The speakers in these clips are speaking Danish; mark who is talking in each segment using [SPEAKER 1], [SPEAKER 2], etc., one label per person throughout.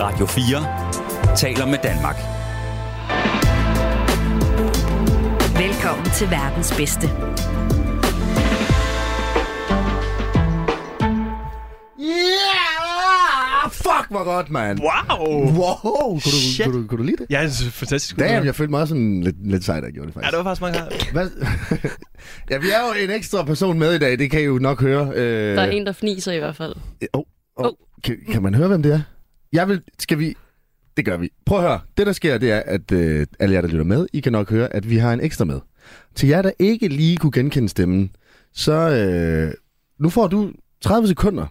[SPEAKER 1] Radio 4 taler med Danmark.
[SPEAKER 2] Velkommen til verdens bedste.
[SPEAKER 3] Yeah! Ah, Fuck, hvor godt, mand.
[SPEAKER 4] Wow!
[SPEAKER 3] Wow, kunne du,
[SPEAKER 4] Shit.
[SPEAKER 3] kunne, du, kunne du lide det?
[SPEAKER 4] Ja, det er fantastisk.
[SPEAKER 3] Damn, jeg følte mig også sådan lidt, lidt sej, da jeg gjorde det
[SPEAKER 4] Ja,
[SPEAKER 3] faktisk.
[SPEAKER 4] det var faktisk meget klart.
[SPEAKER 3] Hvad? ja, vi er jo en ekstra person med i dag, det kan I jo nok høre. Øh...
[SPEAKER 5] Der er en, der fniser i hvert fald.
[SPEAKER 3] Oh, oh.
[SPEAKER 5] Åh.
[SPEAKER 3] Kan, kan man høre, hvem det er? Jeg vil... Skal vi... Det gør vi. Prøv at høre. Det, der sker, det er, at øh, alle jer, der lytter med, I kan nok høre, at vi har en ekstra med. Til jer, der ikke lige kunne genkende stemmen, så øh, nu får du 30 sekunder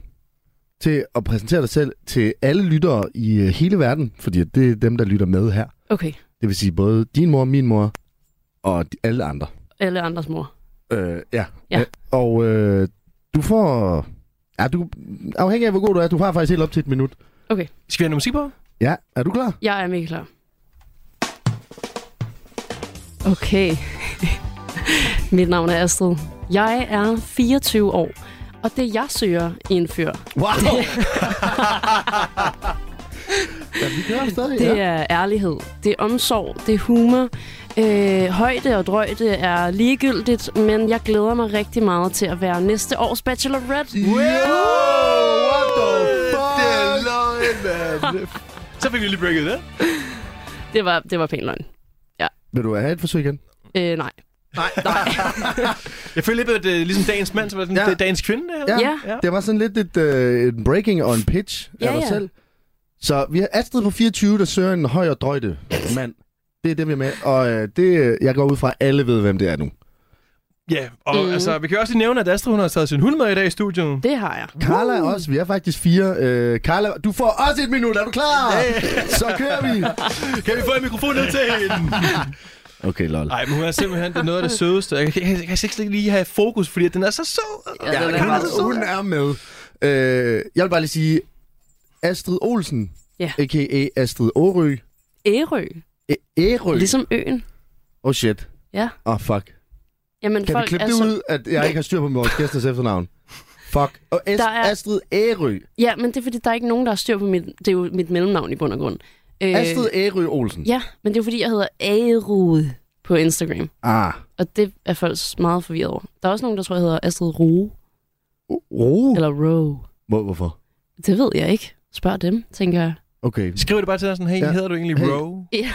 [SPEAKER 3] til at præsentere dig selv til alle lyttere i øh, hele verden, fordi det er dem, der lytter med her.
[SPEAKER 5] Okay,
[SPEAKER 3] Det vil sige både din mor, min mor og de- alle andre.
[SPEAKER 5] alle andres mor.
[SPEAKER 3] Øh, ja.
[SPEAKER 5] Ja.
[SPEAKER 3] Øh, Og øh, du får... Ja, du, afhængig af, hvor god du er, du har faktisk helt op til et minut.
[SPEAKER 4] Skal vi have noget musik på?
[SPEAKER 3] Ja, er du klar?
[SPEAKER 5] Jeg er mega klar. Okay. Mit navn er Astrid. Jeg er 24 år, og det jeg søger i en fyr,
[SPEAKER 3] Wow! ja, vi kører stadig,
[SPEAKER 5] det
[SPEAKER 3] ja.
[SPEAKER 5] er ærlighed, det er omsorg, det er humor. Øh, højde og drøjde er ligegyldigt, men jeg glæder mig rigtig meget til at være næste års Bachelorette.
[SPEAKER 3] Wow! What the fuck?
[SPEAKER 4] Det er
[SPEAKER 3] løgn, mand.
[SPEAKER 4] Så fik vi lige breaket det.
[SPEAKER 5] Det var, det var pæn løgn.
[SPEAKER 3] Vil du have et forsøg igen?
[SPEAKER 5] Øh, nej.
[SPEAKER 3] Nej.
[SPEAKER 4] Jeg føler lidt, at det er ligesom dagens mand, så var det
[SPEAKER 3] Ja.
[SPEAKER 4] sådan, ja. det er dagens kvinde, det her.
[SPEAKER 3] Ja.
[SPEAKER 5] Ja.
[SPEAKER 3] Det var sådan lidt et, øh, en breaking on pitch af
[SPEAKER 5] Ja,
[SPEAKER 3] dig
[SPEAKER 5] ja.
[SPEAKER 3] selv. Så vi har Astrid på 24, der søger en høj og drøjte mand. Det er det, vi er med. Og øh, det, øh, jeg går ud fra, at alle ved, hvem det er nu.
[SPEAKER 4] Ja, og
[SPEAKER 5] Mm.
[SPEAKER 4] mm. altså, vi kan jo også lige nævne, at Astrid, hun har taget sin hund med i dag i studiet.
[SPEAKER 5] Det har jeg.
[SPEAKER 3] Carla også. Vi er faktisk fire. Øh, Carla, du får også et minut. Er du klar? Så kører vi.
[SPEAKER 4] Kan vi få en mikrofon ned til hende?
[SPEAKER 3] Okay, lol.
[SPEAKER 4] Nej, men hun er simpelthen det er noget af det sødeste. Jeg kan, jeg, jeg kan slet ikke lige have fokus, fordi at den er så sød.
[SPEAKER 5] Ja, den er
[SPEAKER 4] Carla
[SPEAKER 5] meget
[SPEAKER 4] så
[SPEAKER 3] hun er med. Øh, jeg vil bare lige sige, Astrid Olsen,
[SPEAKER 5] Ja.
[SPEAKER 3] a.k.a. Astrid Årø.
[SPEAKER 5] Ærø,
[SPEAKER 3] Æ- Ærø.
[SPEAKER 5] ligesom øen.
[SPEAKER 3] Oh shit.
[SPEAKER 5] Ja.
[SPEAKER 3] Åh, oh, fuck.
[SPEAKER 5] Jamen,
[SPEAKER 3] Kan
[SPEAKER 5] folk
[SPEAKER 3] vi klippe
[SPEAKER 5] er
[SPEAKER 3] det
[SPEAKER 5] så-
[SPEAKER 3] ud, at jeg ikke har styr på vores gæsters efternavn? Fuck. Og Est-
[SPEAKER 5] Der er- Øh.
[SPEAKER 3] Astrid Ærø.
[SPEAKER 5] Ja, men det er fordi, der er ikke nogen, der har styr på mit... Det er jo mit mellemnavn i bund og grund. Øh,
[SPEAKER 3] Astrid Ærø Olsen.
[SPEAKER 5] Ja, men det er jo fordi, jeg hedder Aerud på Instagram.
[SPEAKER 3] Ah.
[SPEAKER 5] Og det er folk meget forvirret over. Der er også nogen, der tror, jeg hedder Astrid Roe.
[SPEAKER 3] Ro.
[SPEAKER 5] Eller Roe.
[SPEAKER 3] Hvor, hvorfor?
[SPEAKER 5] Det ved jeg ikke. Spørg dem, tænker jeg.
[SPEAKER 3] Okay.
[SPEAKER 4] Skriv det bare til dig sådan, hey,
[SPEAKER 3] Ja.
[SPEAKER 4] ja. hedder du egentlig
[SPEAKER 3] Hey.
[SPEAKER 4] hey. Roe?
[SPEAKER 5] Ja.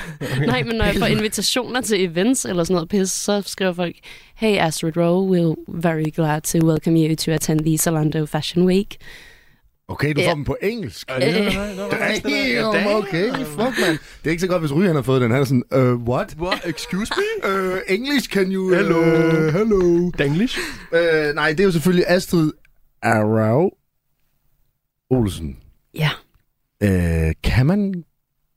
[SPEAKER 5] Nej, men når jeg får invitationer til events eller sådan noget pis, så skriver folk, Hey Astrid Roe, we're very glad to welcome you to attend the Zalando Fashion Week.
[SPEAKER 3] Okay, du får
[SPEAKER 5] Ja.
[SPEAKER 3] dem på engelsk.
[SPEAKER 4] Ja, det er- det er- det er- det er-
[SPEAKER 3] Damn, okay, fuck man. Det er ikke så godt, hvis Ry han har fået den. Han er sådan, uh, what?
[SPEAKER 4] What? Excuse me?
[SPEAKER 3] Uh, English, can you... uh,
[SPEAKER 4] Hello.
[SPEAKER 3] hello.
[SPEAKER 4] Danglish?
[SPEAKER 3] Uh, nej, det er jo selvfølgelig Astrid Arau Olsen.
[SPEAKER 5] Ja,
[SPEAKER 3] Uh, kan man,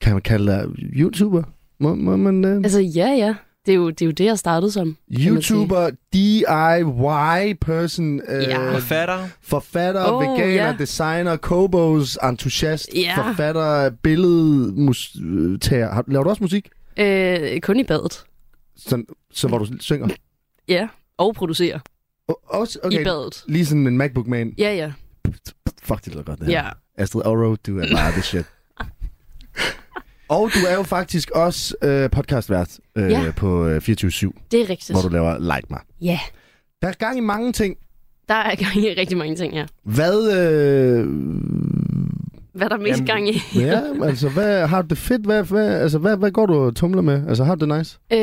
[SPEAKER 3] kan man kalde dig YouTuber? Må, må man... Uh,
[SPEAKER 5] altså ja, ja. Det er, jo, det er jo det, jeg startede som. kan man sige.
[SPEAKER 3] YouTuber, DIY-person, uh,
[SPEAKER 5] Ja.
[SPEAKER 4] Forfatter?
[SPEAKER 3] forfatter,
[SPEAKER 5] Oh,
[SPEAKER 3] veganer,
[SPEAKER 5] ja.
[SPEAKER 3] designer, kobos, entusiast,
[SPEAKER 5] Ja.
[SPEAKER 3] forfatter, billedmusiker. Har- Laver du også musik?
[SPEAKER 5] Øh, kun i badet.
[SPEAKER 3] Sådan, så hvor du synger?
[SPEAKER 5] Ja, og producerer
[SPEAKER 3] Og- Også,
[SPEAKER 5] okay.
[SPEAKER 3] okay.
[SPEAKER 5] i badet.
[SPEAKER 3] Lige sådan en MacBook-man.
[SPEAKER 5] Ja, ja,
[SPEAKER 3] Fuck, det lyder godt, det her.
[SPEAKER 5] ja.
[SPEAKER 3] Astrid Oro, du er bare the shit. Og du er jo faktisk også øh, podcastvært øh,
[SPEAKER 5] Ja.
[SPEAKER 3] på øh, 24-7,
[SPEAKER 5] Det er rigtigt.
[SPEAKER 3] hvor du laver Like mig.
[SPEAKER 5] Ja,
[SPEAKER 3] Der er gang i mange ting.
[SPEAKER 5] der er gang i rigtig mange ting, ja.
[SPEAKER 3] Hvad, øh,
[SPEAKER 5] Hvad er der mest
[SPEAKER 4] Jamen,
[SPEAKER 5] gang i?
[SPEAKER 3] ja, altså, hvad, har du det fedt? Hvad, hvad, altså, hvad, hvad går du og tumler med? Altså, har du det nice?
[SPEAKER 5] Øh,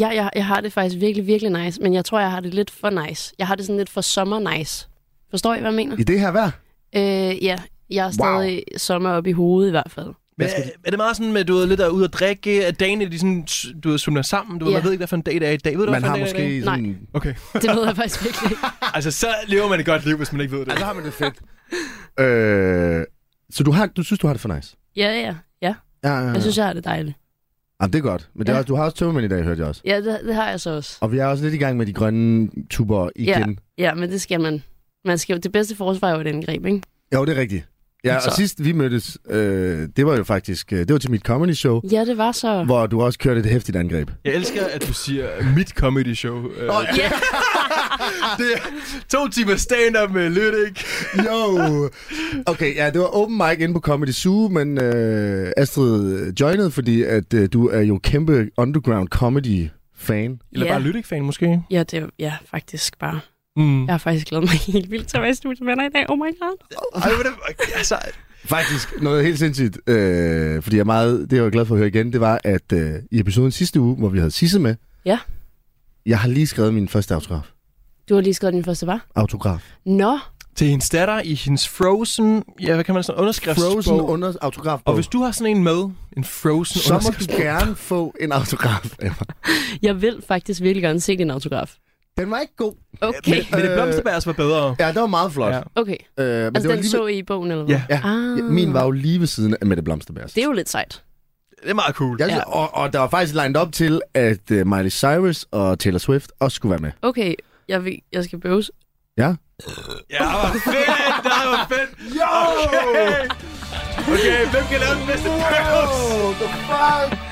[SPEAKER 5] ja, jeg, jeg har det faktisk virkelig, virkelig nice, men jeg tror, jeg har det lidt for nice. Jeg har det sådan lidt for sommer-nice. Forstår I, hvad jeg mener?
[SPEAKER 3] I det her vejr?
[SPEAKER 5] Øh, ja, jeg er stadig wow. sommer op i hovedet i hvert fald.
[SPEAKER 4] Men, er, er det meget sådan med, du ved, lidt der er ude at drikke, at dagene de sådan, du ved, sumler sammen, du ved,
[SPEAKER 5] Ja.
[SPEAKER 4] man ved ikke, hvad for en dag det er i dag, ved du,
[SPEAKER 3] Man
[SPEAKER 4] hvad
[SPEAKER 3] har
[SPEAKER 4] for en dag det er i
[SPEAKER 3] måske
[SPEAKER 5] Nej.
[SPEAKER 3] sådan...
[SPEAKER 4] dag? Okay.
[SPEAKER 5] Det ved jeg faktisk virkelig ikke.
[SPEAKER 4] Altså, så lever man et godt liv, hvis man ikke ved det.
[SPEAKER 3] Altså, har man det fedt. øh, så du, har, du synes, du har det for nice?
[SPEAKER 5] Ja, ja, ja.
[SPEAKER 3] Ja, ja, ja.
[SPEAKER 5] Jeg synes, jeg har det dejligt.
[SPEAKER 3] Jamen, Ah, det er godt. Men det er,
[SPEAKER 5] Ja.
[SPEAKER 3] også- du har også tømmermænd i dag, hørte jeg også.
[SPEAKER 5] Ja, det, det har jeg så også.
[SPEAKER 3] Og vi er også lidt i gang med de grønne tuber igen.
[SPEAKER 5] Ja, men det skal man. Man skal jo, det bedste forsvar er jo et indgreb, ikke?
[SPEAKER 3] Jo, det er rigtigt. Ja,
[SPEAKER 4] Så.
[SPEAKER 3] og sidst vi mødtes, øh, det var jo faktisk, øh, det var til mit comedy show,
[SPEAKER 5] Ja, det var så...
[SPEAKER 3] hvor du også kørte et hæftigt angreb.
[SPEAKER 4] Jeg elsker, at du siger mit comedy show. Øh,
[SPEAKER 5] Ja,
[SPEAKER 4] det er to timer stand-up med Lyrik.
[SPEAKER 3] Jo! Okay, ja, det var open mic inde på Comedy Zoo, men øh, Astrid joinede, fordi at øh, du er jo kæmpe underground comedy fan.
[SPEAKER 4] Eller
[SPEAKER 5] Ja.
[SPEAKER 4] bare Lyrik-fan måske.
[SPEAKER 5] ja, det er ja, faktisk bare...
[SPEAKER 4] Mm.
[SPEAKER 5] Jeg har faktisk glædet mig helt vildt til at være i studiet med dig i dag. Oh my god.
[SPEAKER 4] Ej, men det, altså,
[SPEAKER 3] Faktisk noget helt sindssygt, øh, fordi jeg er meget, det jeg var glad for at høre igen, det var, at øh, i episoden sidste uge, hvor vi havde Sisse med,
[SPEAKER 5] Ja.
[SPEAKER 3] jeg har lige skrevet min første autograf.
[SPEAKER 5] Du har lige skrevet din første var.
[SPEAKER 3] Autograf.
[SPEAKER 5] Nå,
[SPEAKER 4] til hendes datter i hendes Frozen, ja, hvad kan man sådan, underskriftsbog.
[SPEAKER 3] Frozen under autograf.
[SPEAKER 4] Og hvis du har sådan en med, en Frozen
[SPEAKER 3] så må
[SPEAKER 4] underskrift.
[SPEAKER 3] du gerne få en autograf. af mig.
[SPEAKER 5] jeg vil faktisk virkelig gerne se din autograf.
[SPEAKER 3] Den var ikke god.
[SPEAKER 5] Okay,
[SPEAKER 4] Men det blomsterbærs var bedre.
[SPEAKER 3] Ja, det var meget flot. Ja.
[SPEAKER 4] Ja.
[SPEAKER 5] okay.
[SPEAKER 3] Øh, men
[SPEAKER 5] Altså,
[SPEAKER 3] det var
[SPEAKER 5] den
[SPEAKER 3] lige...
[SPEAKER 5] så I i bogen, eller hvad?
[SPEAKER 4] Ja.
[SPEAKER 3] Ja.
[SPEAKER 5] Ah.
[SPEAKER 3] Ja, min var jo lige ved siden af Mette Blomsterbergs.
[SPEAKER 5] Det er jo lidt sejt.
[SPEAKER 4] Det er meget cool.
[SPEAKER 3] Jeg, ja. og, og der var faktisk lined op til, at uh, Miley Cyrus og Taylor Swift også skulle være med.
[SPEAKER 5] Okay, jeg, vil, jeg skal bøves.
[SPEAKER 3] Ja.
[SPEAKER 4] Ja, det var fedt, det var fedt. Jo! Okay. okay, hvem kan lave den bedste pøls?
[SPEAKER 3] the fuck?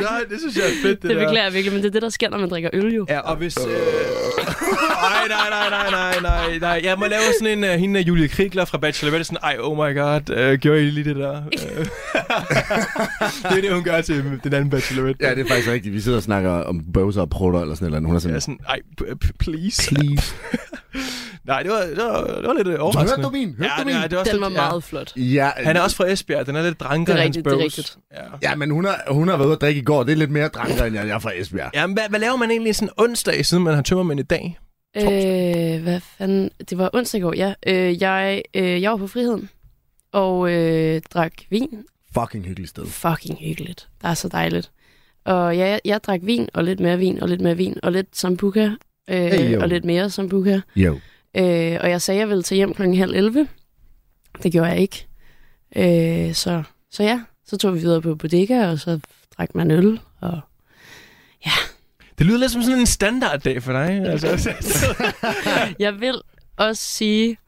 [SPEAKER 4] Nej, det synes jeg er fedt, det,
[SPEAKER 5] Det
[SPEAKER 4] der.
[SPEAKER 5] beklager jeg virkelig, men det er det, der sker, når man drikker øl jo.
[SPEAKER 4] Ja, og hvis... Øh... Ej, nej, nej, nej, nej, nej, nej. Jeg må lave sådan en, uh, hende af Julie Krigler fra Bachelorette, sådan, ej, oh my god, øh, gjorde I lige det der? Øh. det er det, hun gør til den anden Bachelorette.
[SPEAKER 3] Ja, det er faktisk rigtigt. Vi sidder og snakker om bøvser og prutter eller sådan noget. Hun er
[SPEAKER 4] Jeg
[SPEAKER 3] sådan,
[SPEAKER 4] er sådan, ej, p- p- please.
[SPEAKER 3] please.
[SPEAKER 4] Nej, det var, det var, det var lidt øh, overraskende.
[SPEAKER 3] Hørte du min? Hørte
[SPEAKER 4] ja,
[SPEAKER 3] du
[SPEAKER 4] det, var-
[SPEAKER 3] min?
[SPEAKER 4] det var
[SPEAKER 5] Den
[SPEAKER 4] sådan-
[SPEAKER 5] var
[SPEAKER 4] ja.
[SPEAKER 5] meget flot.
[SPEAKER 3] Ja,
[SPEAKER 4] Han er også fra Esbjerg, den er lidt dranker,
[SPEAKER 5] Det er
[SPEAKER 4] hans
[SPEAKER 5] rigtigt, det er
[SPEAKER 4] bøvs.
[SPEAKER 5] rigtigt.
[SPEAKER 4] Ja.
[SPEAKER 3] Ja, men hun har, hun har været ude at drikke i går. Det er lidt mere dranker, end jeg, jeg er fra Esbjerg. Ja.
[SPEAKER 4] Jamen, hvad, hvad laver man egentlig sådan onsdag, siden man har tømmermænd i dag?
[SPEAKER 5] Øh, hvad fanden? Det var onsdag i går, ja. Øh, jeg, øh, jeg var på friheden og øh, drak vin.
[SPEAKER 3] Fucking hyggeligt sted.
[SPEAKER 5] Fucking hyggeligt. Det er så dejligt. Og ja, jeg, jeg drak vin, og lidt mere vin, og lidt mere vin, og lidt sambuca, øh,
[SPEAKER 3] Hey, jo.
[SPEAKER 5] og lidt mere sambuca.
[SPEAKER 3] Jo.
[SPEAKER 5] Øh, og jeg sagde, at jeg ville tage hjem kl. halv 11. Det gjorde jeg ikke. Øh, så, så ja, så tog vi videre på bodega, og så drak man øl. Og...
[SPEAKER 4] Det lyder lidt som sådan en standarddag for dig. Altså,
[SPEAKER 5] Jeg vil også sige,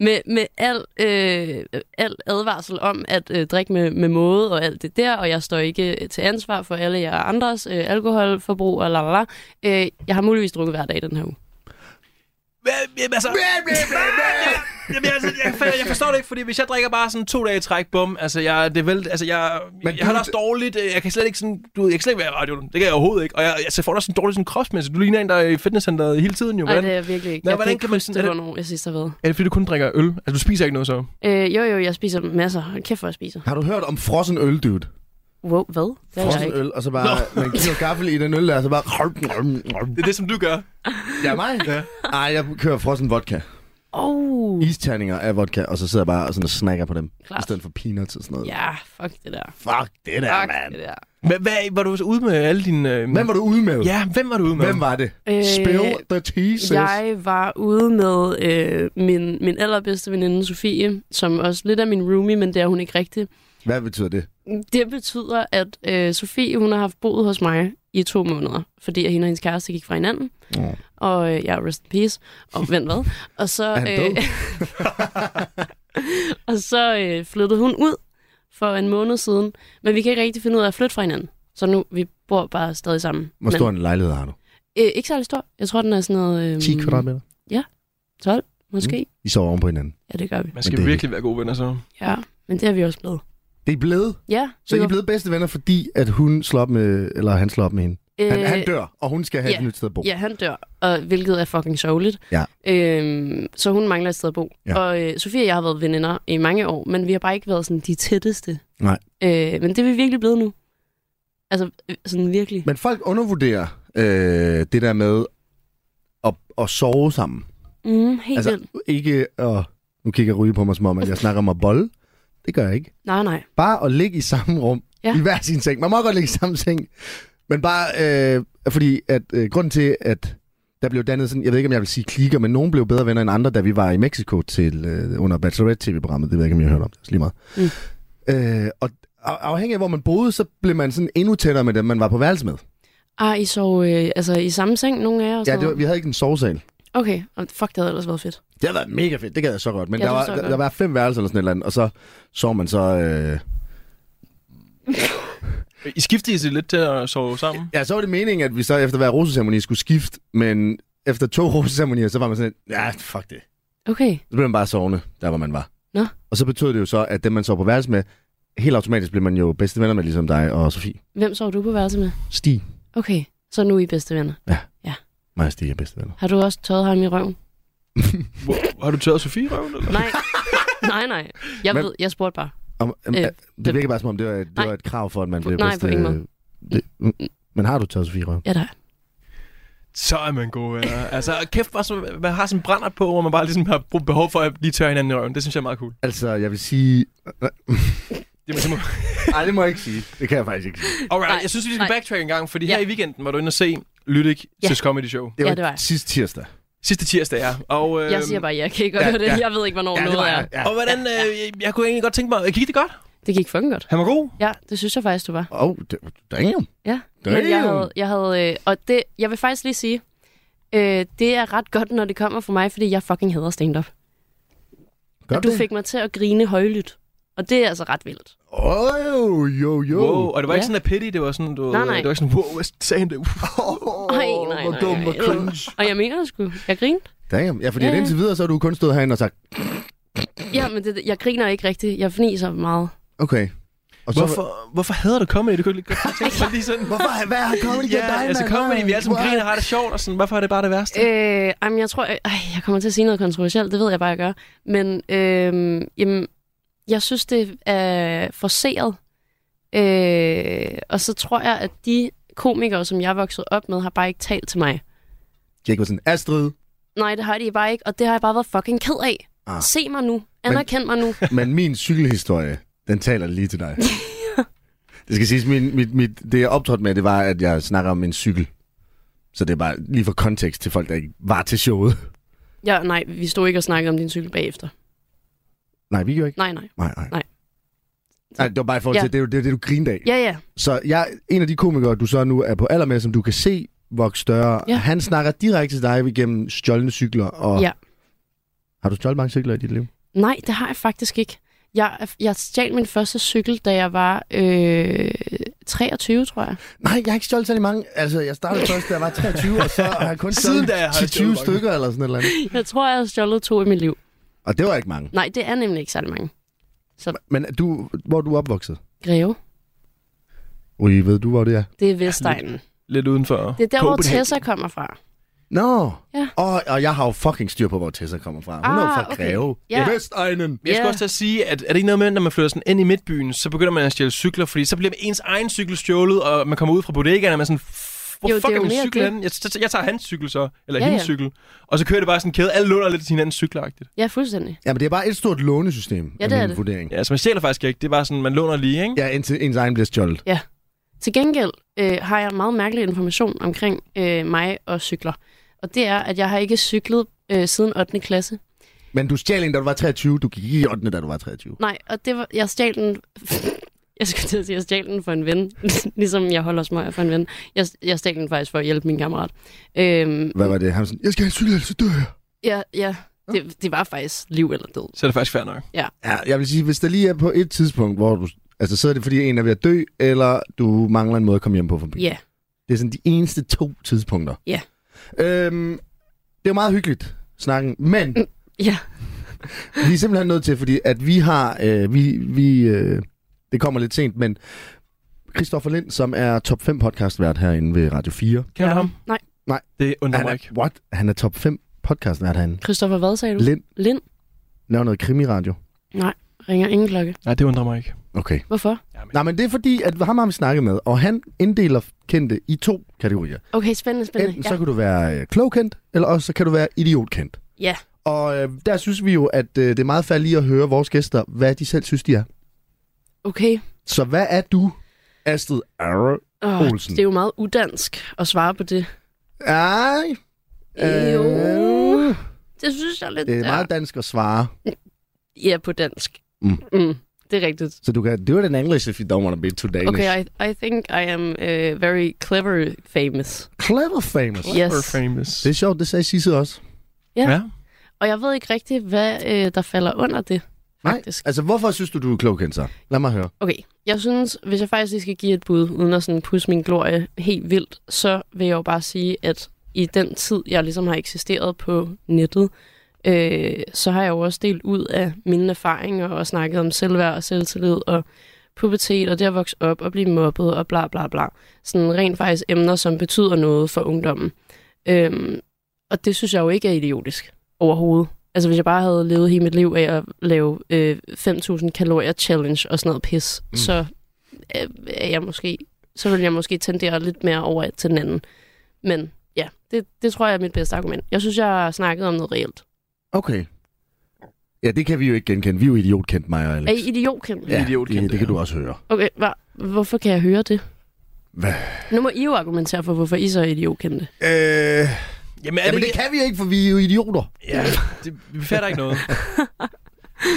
[SPEAKER 5] med, med al, øh, al advarsel om at øh, drikke med, med måde og alt det der, og jeg står ikke øh, til ansvar for alle jer andres øh, alkoholforbrug og la la la. Øh, jeg har muligvis drukket hver dag i den her uge.
[SPEAKER 4] Hvad- jamen, altså, jamen, altså, jeg, for- jeg forstår det ikke, fordi hvis jeg drikker bare sådan to dage i træk, bum, altså, jeg, det er vel, altså, jeg,
[SPEAKER 3] Men
[SPEAKER 4] Men
[SPEAKER 3] du-
[SPEAKER 4] jeg har det også dårligt, øh, jeg kan slet ikke sådan, du ved, jeg kan slet ikke være i radioen, det kan jeg overhovedet ikke, og jeg, altså, jeg får det også sådan dårligt sådan kropsmæssigt, du ligner en, der er i fitnesscenteret hele tiden, jo,
[SPEAKER 5] Nej,
[SPEAKER 4] hvordan?
[SPEAKER 5] det er jeg virkelig ikke.
[SPEAKER 4] Nå,
[SPEAKER 5] jeg
[SPEAKER 4] hvordan kan man
[SPEAKER 5] huske
[SPEAKER 4] sådan-
[SPEAKER 5] det,
[SPEAKER 4] er det-
[SPEAKER 5] hvornår jeg sidst har været.
[SPEAKER 4] Er det fordi, du kun drikker øl? Altså, du spiser ikke noget så?
[SPEAKER 5] Øh, jo, jo, jeg spiser masser. Hold Kæft, hvor jeg spiser.
[SPEAKER 3] Har du hørt om frossen øl, dude?
[SPEAKER 5] Wow, hvad? Det har jeg
[SPEAKER 3] Frossen
[SPEAKER 5] ikke.
[SPEAKER 3] øl, og så bare... Man giver gaffel i den øl der, og så bare...
[SPEAKER 4] Det er det, som du gør.
[SPEAKER 3] Ja, mig? Ja. Ej, jeg kører frossen vodka.
[SPEAKER 5] Oh.
[SPEAKER 3] Isterninger af vodka, og så sidder jeg bare og, sådan og snakker på dem.
[SPEAKER 5] Klart.
[SPEAKER 3] I stedet for peanuts og sådan noget.
[SPEAKER 5] Ja, fuck det der.
[SPEAKER 3] Fuck det der,
[SPEAKER 5] Fuck
[SPEAKER 3] mand.
[SPEAKER 5] det der.
[SPEAKER 4] Hvad, hvad, var du så ude med alle dine... Øh,
[SPEAKER 3] Hvem var du ude med?
[SPEAKER 4] Ja, hvem var du ude med?
[SPEAKER 3] Hvem var det?
[SPEAKER 5] Øh,
[SPEAKER 3] Spill the tea, sis.
[SPEAKER 5] Jeg var ude med øh, min, min allerbedste veninde, Sofie, som også lidt er min roomie, men det er hun ikke rigtig.
[SPEAKER 3] Hvad betyder det?
[SPEAKER 5] Det betyder, at øh, Sofie hun har haft boet hos mig i to måneder, fordi at hende og hendes kæreste gik fra hinanden.
[SPEAKER 3] Mm.
[SPEAKER 5] Og øh, ja, rest in peace. Og vent hvad? Og så, øh,
[SPEAKER 3] han død?
[SPEAKER 5] og så øh, flyttede hun ud for en måned siden, men vi kan ikke rigtig finde ud af at flytte fra hinanden. Så nu, vi bor bare stadig sammen.
[SPEAKER 3] Hvor
[SPEAKER 5] Men-
[SPEAKER 3] stor en lejlighed har du?
[SPEAKER 5] Øh, ikke særlig stor. Jeg tror, den er sådan noget... Øh,
[SPEAKER 3] 10 kvadratmeter.
[SPEAKER 5] 12, måske. Mm.
[SPEAKER 3] I sover oven på hinanden.
[SPEAKER 5] Ja, det gør vi.
[SPEAKER 4] Man
[SPEAKER 3] Men
[SPEAKER 4] skal
[SPEAKER 3] det er
[SPEAKER 4] virkelig være gode venner, så.
[SPEAKER 5] Ja, men det er vi også blevet.
[SPEAKER 3] Det er blevet.
[SPEAKER 5] Ja,
[SPEAKER 3] Så I er blevet bedste venner, fordi at hun slår op med, eller han slår op med hende.
[SPEAKER 5] blevet...
[SPEAKER 3] Han, han dør, og hun skal have
[SPEAKER 5] Øh, ja.
[SPEAKER 3] et nyt sted at bo.
[SPEAKER 5] Ja, han dør, og, hvilket er fucking sørgeligt.
[SPEAKER 3] Ja.
[SPEAKER 5] Øhm, så hun mangler et sted at bo.
[SPEAKER 3] Ja.
[SPEAKER 5] Og øh, Sofie og jeg har været veninder i mange år, men vi har bare ikke været sådan de tætteste.
[SPEAKER 3] Nej.
[SPEAKER 5] Øh, men det er vi virkelig blevet nu. Altså, øh, sådan virkelig.
[SPEAKER 3] Men folk undervurderer øh, det der med at, at sove sammen.
[SPEAKER 5] Mm, helt altså...
[SPEAKER 3] Altså
[SPEAKER 5] vildt.
[SPEAKER 3] ikke at... Nu kigger Ryge på mig som om, at jeg snakker om at bolle. Det gør jeg ikke.
[SPEAKER 5] Nej, nej.
[SPEAKER 3] Bare at ligge i samme rum, ja.
[SPEAKER 5] Ja.
[SPEAKER 3] i hver sin seng. Man må godt ligge i samme seng. Men bare øh, fordi, at øh, grunden til, at der blev dannet sådan, jeg ved ikke, om jeg vil sige klikker, men nogen blev bedre venner end andre, da vi var i Mexico til, øh, under Bachelorette-tv-programmet. Det ved jeg ikke, om jeg har hørt om. Det er også lige meget. Mm. Øh, og af- afhængig af, hvor man boede, så blev man sådan endnu tættere med dem, man var på værelse med.
[SPEAKER 5] Ah, I sov øh, altså, i samme seng, nogle af jer?
[SPEAKER 3] Ja,
[SPEAKER 5] og sådan
[SPEAKER 3] det var,
[SPEAKER 5] noget?
[SPEAKER 3] vi havde ikke en sovesal.
[SPEAKER 5] Okay, og fuck, det havde ellers været fedt.
[SPEAKER 3] Det har været mega fedt, det gad jeg så godt. Men
[SPEAKER 5] Ja,
[SPEAKER 3] ja, der, var,
[SPEAKER 5] det forstår jeg
[SPEAKER 3] der,
[SPEAKER 5] godt.
[SPEAKER 3] der var fem værelser eller sådan et eller andet, og så sov man så... Øh...
[SPEAKER 4] I skiftede I lidt til at sove sammen?
[SPEAKER 3] Ja, så var det meningen, at vi så efter hver roseceremoni skulle skifte, men efter to roseceremonier, så var man sådan, lidt, ja, fuck det.
[SPEAKER 5] Okay.
[SPEAKER 3] Så blev man bare sovende, der hvor man var.
[SPEAKER 5] Nå.
[SPEAKER 3] Og så betød det jo så, at dem man sov på værelse med, helt automatisk blev man jo bedste venner med, ligesom dig og Sofie.
[SPEAKER 5] Hvem sov du på værelse med?
[SPEAKER 3] Stig.
[SPEAKER 5] Okay, så nu er I bedste venner.
[SPEAKER 3] Mig og Stig er bedste venner.
[SPEAKER 5] Har du også tøjet ham i røven?
[SPEAKER 4] Hvor, har du tørret Sofie i røven, eller?
[SPEAKER 5] Nej. nej, nej. Jeg
[SPEAKER 3] Men-
[SPEAKER 5] ved, jeg spurgte bare.
[SPEAKER 3] Om, om,
[SPEAKER 5] Øh,
[SPEAKER 3] øh, det
[SPEAKER 5] det-
[SPEAKER 3] virker bare som om, det var, det
[SPEAKER 5] Nej.
[SPEAKER 3] var et krav for, at man blev
[SPEAKER 5] Nej,
[SPEAKER 3] bedste...
[SPEAKER 5] på ingen måde.
[SPEAKER 3] Det, mm, men har du taget Sofie Røv?
[SPEAKER 5] Ja, der. er.
[SPEAKER 4] Så er man god venner. Altså, kæft, bare så, man har sådan en brænder på, hvor man bare ligesom har brug- behov for at lige tørre hinanden i røven. Det synes jeg er meget cool.
[SPEAKER 3] Altså, jeg vil sige...
[SPEAKER 4] Det er simpelthen...
[SPEAKER 3] Nej, det må jeg ikke sige. Det kan jeg faktisk ikke sige.
[SPEAKER 4] Alright,
[SPEAKER 5] Nej,
[SPEAKER 4] jeg synes, vi skal
[SPEAKER 5] nej.
[SPEAKER 4] backtrack en gang, fordi
[SPEAKER 5] Ja.
[SPEAKER 4] her i weekenden var du inde og se Lydik
[SPEAKER 5] Ja.
[SPEAKER 4] ja. til Comedy Show.
[SPEAKER 5] Ja, det var jeg.
[SPEAKER 3] sidste tirsdag.
[SPEAKER 4] Sidste tirsdag, ja. Og, øhm,
[SPEAKER 5] Jeg siger bare, jeg kan ikke godt
[SPEAKER 3] Øhm, ja,
[SPEAKER 5] høre det.
[SPEAKER 3] ja.
[SPEAKER 5] Jeg ved ikke, hvornår noget er.
[SPEAKER 3] Ja.
[SPEAKER 4] Og hvordan, øh, jeg, jeg kunne egentlig godt tænke mig, gik det godt?
[SPEAKER 5] Det gik fucking godt.
[SPEAKER 4] Han var god?
[SPEAKER 5] Ja, det synes jeg faktisk, du var.
[SPEAKER 3] Åh, oh, damn.
[SPEAKER 5] Ja.
[SPEAKER 3] Damn.
[SPEAKER 5] Men jeg havde, jeg havde øh, og det, jeg vil faktisk lige sige, øh, det er ret godt, når det kommer fra mig, fordi jeg fucking hader stand-up.
[SPEAKER 3] Gør
[SPEAKER 5] Og du fik mig til at grine højlydt. Og det er altså ret vildt.
[SPEAKER 3] Oh, jo, jo.
[SPEAKER 4] Wow. Og det var ikke
[SPEAKER 5] Ja.
[SPEAKER 4] sådan at pity, det var sådan, du,
[SPEAKER 5] Nej, nej.
[SPEAKER 4] det var ikke sådan, wow, hvad sagde han det? altså,
[SPEAKER 3] Oh,
[SPEAKER 5] Ej, nej,
[SPEAKER 3] hvor
[SPEAKER 5] nej,
[SPEAKER 3] dum,
[SPEAKER 5] nej.
[SPEAKER 3] hvor cringe.
[SPEAKER 5] Og jeg mener det sgu. Jeg griner.
[SPEAKER 3] Damn. Ja, fordi
[SPEAKER 5] Ja,
[SPEAKER 3] at
[SPEAKER 5] ja.
[SPEAKER 3] indtil videre, så har du kun stået herinde og sagt,
[SPEAKER 5] Ja, men det, jeg griner ikke rigtigt. Jeg fniser meget.
[SPEAKER 3] okay. Og
[SPEAKER 4] Hvorfor, hvorfor hader du comedy? Du kunne lige godt tænke mig lige sådan...
[SPEAKER 3] Hvorfor? Hvad har kommet igen
[SPEAKER 4] Ja, altså comedy, vi alle sammen griner og har det sjovt, og sådan, hvorfor er det bare det værste?
[SPEAKER 5] Øh, jamen, jeg tror... Jeg, ej, jeg kommer til at sige noget kontroversielt. Det ved jeg bare, jeg gør. Men øh, jamen, jeg synes, det er forseret. Øh, og så tror jeg, at de komikere, som jeg voksede op med, har bare ikke talt til mig.
[SPEAKER 3] Jake var sådan, Astrid,
[SPEAKER 5] Nej, det har de bare ikke, og det har jeg bare været fucking ked af.
[SPEAKER 3] Ah.
[SPEAKER 5] Ah. Se mig nu. Anerkend mig nu.
[SPEAKER 3] men min cykelhistorie, den taler lige til dig. det skal siges, min, mit, mit, det jeg optrådte med, det var, at jeg snakker om en cykel. Så det er bare lige for kontekst til folk, der ikke var til showet.
[SPEAKER 5] Ja, nej, vi stod ikke og snakkede om din cykel bagefter.
[SPEAKER 3] Nej, vi gjorde ikke.
[SPEAKER 5] Nej, nej.
[SPEAKER 3] Nej, nej.
[SPEAKER 5] Nej.
[SPEAKER 3] Nej, det var bare i forhold til,
[SPEAKER 5] Ja.
[SPEAKER 3] det er jo det, er det, du griner af.
[SPEAKER 5] Ja, ja.
[SPEAKER 3] Så jeg, en af de komikere, du så nu er på alder med, som du kan se vokse større, ja.
[SPEAKER 5] Ja.
[SPEAKER 3] han snakker direkte til dig igennem stjålne cykler. Og
[SPEAKER 5] Ja.
[SPEAKER 3] Har du stjålet mange cykler i dit liv?
[SPEAKER 5] Nej, det har jeg faktisk ikke. Jeg, er- jeg stjal min første cykel, da jeg var øh, 23, tror jeg.
[SPEAKER 3] Nej, jeg har ikke stjålet særlig mange. Altså, jeg startede først, da jeg var 23, og så har jeg kun
[SPEAKER 4] Siden da har jeg
[SPEAKER 3] stjålet 20
[SPEAKER 4] stjålet mange.
[SPEAKER 3] stykker eller sådan et eller andet.
[SPEAKER 5] Jeg tror, jeg har stjålet to i mit liv.
[SPEAKER 3] Og det var ikke mange.
[SPEAKER 5] Nej, det er nemlig ikke særlig mange.
[SPEAKER 3] Men du, hvor er du opvokset?
[SPEAKER 5] Greve,
[SPEAKER 3] Ui, ved du, hvor det er?
[SPEAKER 5] det er Vestegnen.
[SPEAKER 4] Lidt uden for
[SPEAKER 5] Det er der, hvor
[SPEAKER 4] Copenhagen.
[SPEAKER 5] Tessa kommer fra.
[SPEAKER 3] Nå.
[SPEAKER 5] Ja.
[SPEAKER 3] Og, og jeg har jo fucking styr på, hvor Tessa kommer fra. Hun er jo
[SPEAKER 5] Ah,
[SPEAKER 3] fra
[SPEAKER 5] okay.
[SPEAKER 3] Greve.
[SPEAKER 5] Ja.
[SPEAKER 3] Vestegnen.
[SPEAKER 4] Jeg skal
[SPEAKER 5] Ja.
[SPEAKER 4] også til at sige, at er det ikke noget med, at når man flytter sådan ind i midtbyen, så begynder man at stjæle cykler, fordi så bliver ens egen cykel stjålet, og man kommer ud fra bodegaen, og man er sådan, "F- hvor
[SPEAKER 5] Jo, det
[SPEAKER 4] fuck
[SPEAKER 5] er
[SPEAKER 4] er
[SPEAKER 5] jo
[SPEAKER 4] min
[SPEAKER 5] mere
[SPEAKER 4] cykel
[SPEAKER 5] det.
[SPEAKER 4] henne? Jeg, så- jeg tager hans cykel så, eller
[SPEAKER 5] Ja,
[SPEAKER 4] ja, hendes
[SPEAKER 5] ja.
[SPEAKER 4] cykel, og så kører det bare sådan en kæde. Alle låner lidt til hinandens cykleragtigt.
[SPEAKER 5] Ja, fuldstændig.
[SPEAKER 3] Jamen, det er bare et stort lånesystem.
[SPEAKER 5] Ja,
[SPEAKER 3] er
[SPEAKER 5] det er
[SPEAKER 3] min
[SPEAKER 5] det.
[SPEAKER 3] Vurdering.
[SPEAKER 4] Ja, så man stjæler faktisk ikke. Det er bare sådan, man låner lige, ikke?
[SPEAKER 3] Ja, indtil ens egen bliver stjålet.
[SPEAKER 5] Til gengæld øh, har jeg meget mærkelig information omkring øh, mig og cykler. Og det er, at jeg har ikke cyklet øh, siden 8. klasse.
[SPEAKER 3] Men du stjal en, da du var 23. Du gik ikke i 8. da du var 23.
[SPEAKER 5] Nej, og det var, jeg stjal den... Jeg skulle til at sige, jeg stjal den for en ven. ligesom jeg holder smøger for en ven. Jeg, jeg stjal den faktisk for at hjælpe min kammerat. Øhm,
[SPEAKER 3] Hvad var det? Han var sådan, jeg skal have en cykel, ellers så dør jeg.
[SPEAKER 5] ja, ja. Det, det var faktisk liv eller død.
[SPEAKER 4] Så er det faktisk fair nok.
[SPEAKER 3] Ja, jeg vil sige, hvis der lige er på et tidspunkt, hvor du... Altså, så er det fordi, en er ved at dø, eller du mangler en måde at komme hjem på forbi.
[SPEAKER 5] Ja.
[SPEAKER 3] Det er sådan de eneste to tidspunkter.
[SPEAKER 5] Ja.
[SPEAKER 3] Øhm, det er jo meget hyggeligt, snakken. Men
[SPEAKER 5] Mm, Ja.
[SPEAKER 3] vi er simpelthen nødt til, fordi at vi har... Øh, vi, vi, øh, det kommer lidt sent, men... Christoffer Lind, som er top 5 podcastvært herinde ved Radio 4.
[SPEAKER 4] Kender du ham?
[SPEAKER 5] Nej.
[SPEAKER 3] Nej.
[SPEAKER 4] Det undrer
[SPEAKER 3] Han
[SPEAKER 4] mig
[SPEAKER 3] er,
[SPEAKER 4] ikke.
[SPEAKER 3] what? Han er top 5 podcastvært herinde.
[SPEAKER 5] Christoffer, hvad sagde du?
[SPEAKER 3] Lind
[SPEAKER 5] Lind
[SPEAKER 3] laver noget krimiradio.
[SPEAKER 5] ringer ingen klokke.
[SPEAKER 4] Nej, det undrer mig ikke.
[SPEAKER 3] Okay.
[SPEAKER 5] Hvorfor?
[SPEAKER 3] Nej, men det er fordi, at ham har vi snakket med, og han inddeler kendte i to kategorier.
[SPEAKER 5] Okay, spændende,
[SPEAKER 3] Enten
[SPEAKER 5] spændende.
[SPEAKER 3] så
[SPEAKER 5] Ja.
[SPEAKER 3] kan du være øh, klogkendt, eller også så kan du være idiotkendt.
[SPEAKER 5] Ja.
[SPEAKER 3] Og øh, der synes vi jo, at øh, det er meget fair lige at høre vores gæster, hvad de selv synes, de er.
[SPEAKER 5] Okay.
[SPEAKER 3] Så hvad er du, Astrid Arre?
[SPEAKER 5] Oh,
[SPEAKER 3] Olsen.
[SPEAKER 5] det er jo meget udansk at svare på det.
[SPEAKER 3] Ej.
[SPEAKER 5] Jo.
[SPEAKER 3] Øh,
[SPEAKER 5] Det synes jeg er lidt...
[SPEAKER 3] det er meget dansk at svare.
[SPEAKER 5] Ja, på dansk.
[SPEAKER 3] Mm.
[SPEAKER 5] Mm, det er rigtigt.
[SPEAKER 3] Så du kan do it in English, if you don't want to be too Danish.
[SPEAKER 5] Okay, I, I think I am uh, very clever famous.
[SPEAKER 3] Clever famous.
[SPEAKER 5] Yes.
[SPEAKER 4] Super famous.
[SPEAKER 3] Det er sjovt, det sagde Sisse også.
[SPEAKER 5] Ja.
[SPEAKER 4] ja.
[SPEAKER 5] Og jeg ved ikke rigtigt, hvad øh, der falder under det,
[SPEAKER 3] Nej,
[SPEAKER 5] faktisk.
[SPEAKER 3] altså hvorfor synes du, du er klog, Kenser? Lad mig høre.
[SPEAKER 5] Okay, jeg synes, hvis jeg faktisk lige skal give et bud, uden at sådan pusse min glorie helt vildt, så vil jeg jo bare sige, at i den tid, jeg ligesom har eksisteret på nettet, øh, så har jeg jo også delt ud af mine erfaringer og snakket om selvværd og selvtillid og pubertet og det at vokse op og blive mobbet og bla bla bla. Sådan rent faktisk emner, som betyder noget for ungdommen. Øhm, og det synes jeg jo ikke er idiotisk overhovedet. Altså hvis jeg bare havde levet hele mit liv af at lave øh, 5.000 kalorier challenge og sådan noget pis, mm. så øh, er jeg måske, så ville jeg måske tendere lidt mere over til den anden. Men ja, det, det tror jeg er mit bedste argument. Jeg synes, jeg har snakket om noget reelt.
[SPEAKER 3] Okay. Ja, det kan vi jo ikke genkende. Vi er jo idiotkendt, mig og Alex.
[SPEAKER 5] Er I idiotkendt?
[SPEAKER 3] ja,
[SPEAKER 4] idiotkendte,
[SPEAKER 3] det, det kan
[SPEAKER 4] ja.
[SPEAKER 3] du også høre.
[SPEAKER 5] Okay, hva, hvorfor kan jeg høre det?
[SPEAKER 3] Hvad?
[SPEAKER 5] Nu må I jo argumentere for, hvorfor I så er idiotkendte.
[SPEAKER 3] Øh,
[SPEAKER 4] Jamen, er
[SPEAKER 3] jamen, det
[SPEAKER 4] ikke-
[SPEAKER 3] kan vi ikke, for vi er jo idioter.
[SPEAKER 4] Ja, det, vi fatter ikke noget.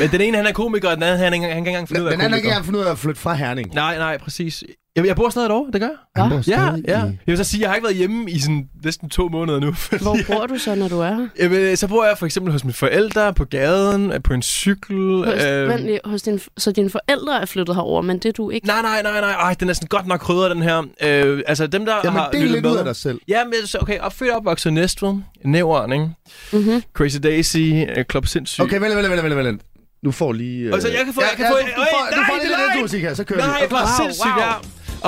[SPEAKER 4] Men den ene, han er komiker, og den anden, han, han, han kan ikke engang finde ud af
[SPEAKER 3] Den
[SPEAKER 4] at være
[SPEAKER 3] anden
[SPEAKER 4] komiker.
[SPEAKER 3] kan jeg finde ud af at flytte fra Herning.
[SPEAKER 4] Nej, nej, præcis. Jeg, jeg bor stadig derovre, det gør jeg.
[SPEAKER 5] Hva?
[SPEAKER 3] Han bor
[SPEAKER 4] Ja,
[SPEAKER 3] stadig
[SPEAKER 4] ja.
[SPEAKER 3] i-
[SPEAKER 4] Jeg vil så sige, jeg har ikke været hjemme i sådan næsten to måneder nu. fordi-
[SPEAKER 5] Hvor bor du så, når du er her?
[SPEAKER 4] Jamen, øh, så bor jeg for eksempel hos mine forældre, på gaden, øh, på en cykel.
[SPEAKER 5] Hos,
[SPEAKER 4] øh,
[SPEAKER 5] øh... lige, hos din, så dine forældre er flyttet herover, men det er du ikke?
[SPEAKER 4] Nej, nej, nej, nej. Ej, den er sådan godt nok krydret, den her. Øh, altså, dem, der
[SPEAKER 3] Jamen,
[SPEAKER 4] har
[SPEAKER 3] det er
[SPEAKER 4] lyttet
[SPEAKER 3] lidt
[SPEAKER 4] med.
[SPEAKER 3] ud af dig selv.
[SPEAKER 4] Jamen, så, okay, opfødt og opvokset i Næstved, Nævren, ikke?
[SPEAKER 5] Mm-hmm.
[SPEAKER 3] Mhm.
[SPEAKER 4] Crazy Daisy, øh, Club Sindssyg.
[SPEAKER 3] Okay, vent, vent, vent, vent, vent. Du får lige... Øh...
[SPEAKER 4] Og så jeg kan få- jeg kan få-
[SPEAKER 3] du, du,
[SPEAKER 4] Øj,
[SPEAKER 3] får, du
[SPEAKER 4] nej,
[SPEAKER 3] får
[SPEAKER 4] det
[SPEAKER 3] lige
[SPEAKER 4] er
[SPEAKER 3] lidt
[SPEAKER 4] løgn!
[SPEAKER 3] musik her, så kører
[SPEAKER 4] Nej,
[SPEAKER 3] vi.
[SPEAKER 4] hvor wow, sindssygt, wow. ja.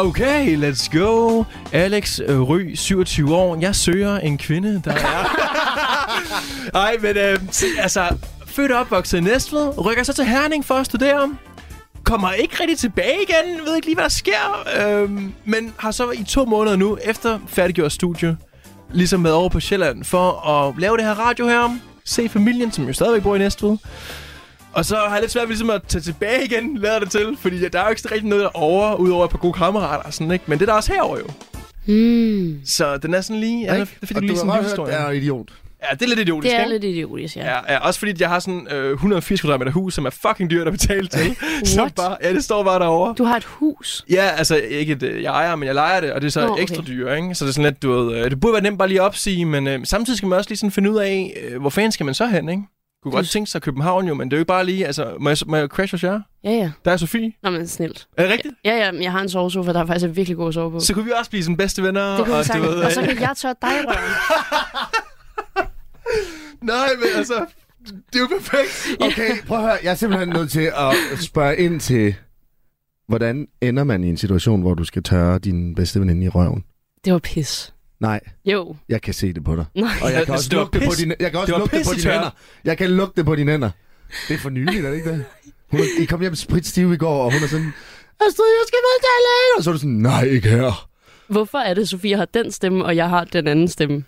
[SPEAKER 4] Okay, let's go. Alex øh, Ry, 27 år. Jeg søger en kvinde, der er... Ej, men øh, altså, født og opvokset i Næstved, rykker så til Herning for at studere. Kommer ikke rigtig tilbage igen, ved ikke lige, hvad der sker. Øh, men har så i to måneder nu, efter færdiggjort studie, ligesom med over på Sjælland, for at lave det her radio her. Se familien, som jo stadigvæk bor i Næstved. Og så har jeg lidt svært ved ligesom at tage tilbage igen, lader det til. Fordi ja, der er jo ikke sådan rigtig noget derovre, udover et par gode kammerater og sådan, ikke? Men det er der også herovre jo.
[SPEAKER 5] Mm.
[SPEAKER 4] Så den er sådan lige... Ja, det fik
[SPEAKER 3] Og
[SPEAKER 4] du lige
[SPEAKER 3] du
[SPEAKER 4] sådan
[SPEAKER 3] har godt
[SPEAKER 4] en
[SPEAKER 3] hørt,
[SPEAKER 4] historie.
[SPEAKER 3] jeg er
[SPEAKER 4] Ja.
[SPEAKER 3] idiot.
[SPEAKER 4] ja, det er lidt idiotisk,
[SPEAKER 5] Det er
[SPEAKER 4] ikke?
[SPEAKER 5] lidt idiotisk, ja.
[SPEAKER 4] Ja, ja, også fordi jeg har sådan øh, 180 kvadratmeter hus, som er fucking dyrt at betale til. så
[SPEAKER 5] What?
[SPEAKER 4] bare, ja, det står bare derovre.
[SPEAKER 5] Du har et hus.
[SPEAKER 4] Ja, altså ikke et, øh, jeg ejer, men jeg leger det, og det er så
[SPEAKER 5] Nå,
[SPEAKER 4] Nå,
[SPEAKER 5] okay.
[SPEAKER 4] ekstra dyrt, ikke? Så det er sådan lidt, du ved, øh, det burde være nemt bare lige at opsige, men øh, samtidig skal man også lige sådan finde ud af, øh, hvor fanden skal man så hen, ikke? Kunne godt tænke sig København jo, men det er jo ikke bare lige, altså, må jeg, må jeg crash hos jer?
[SPEAKER 5] Ja, ja.
[SPEAKER 4] Der er Sofie.
[SPEAKER 5] Nå, men snilt.
[SPEAKER 4] Er det rigtigt?
[SPEAKER 5] Ja, ja, men jeg har en sovesofa, der er faktisk en virkelig god sove på.
[SPEAKER 4] Så kunne vi også blive som bedste venner.
[SPEAKER 5] det kunne vi
[SPEAKER 4] og,
[SPEAKER 5] sagtens. Og så
[SPEAKER 4] øh,
[SPEAKER 5] kan jeg tørre dig i røven.
[SPEAKER 4] Nej, men altså, det er jo perfekt.
[SPEAKER 3] Okay, prøv at høre. Jeg er simpelthen nødt til at spørge ind til, hvordan ender man i en situation, hvor du skal tørre din bedste veninde i røven?
[SPEAKER 5] Det var pis.
[SPEAKER 3] Nej,
[SPEAKER 5] Jo.
[SPEAKER 3] jeg kan se det på dig.
[SPEAKER 5] Nej.
[SPEAKER 3] Og jeg kan
[SPEAKER 4] Altså,
[SPEAKER 3] også
[SPEAKER 4] det var
[SPEAKER 3] lugte det på
[SPEAKER 4] pis-
[SPEAKER 3] dine, jeg kan
[SPEAKER 4] det
[SPEAKER 3] også
[SPEAKER 4] var
[SPEAKER 3] lugte det på dine
[SPEAKER 4] pissetørre.
[SPEAKER 3] hænder. Jeg kan lugte det på dine hænder. Det er for nyligt, er det ikke det? Hun, er- I kom hjem spritstive i går, og hun er sådan, Astrid, jeg skal med til lægen. Og så er du sådan, nej, ikke her.
[SPEAKER 5] Hvorfor er det, Sofie har den stemme, og jeg har den anden stemme?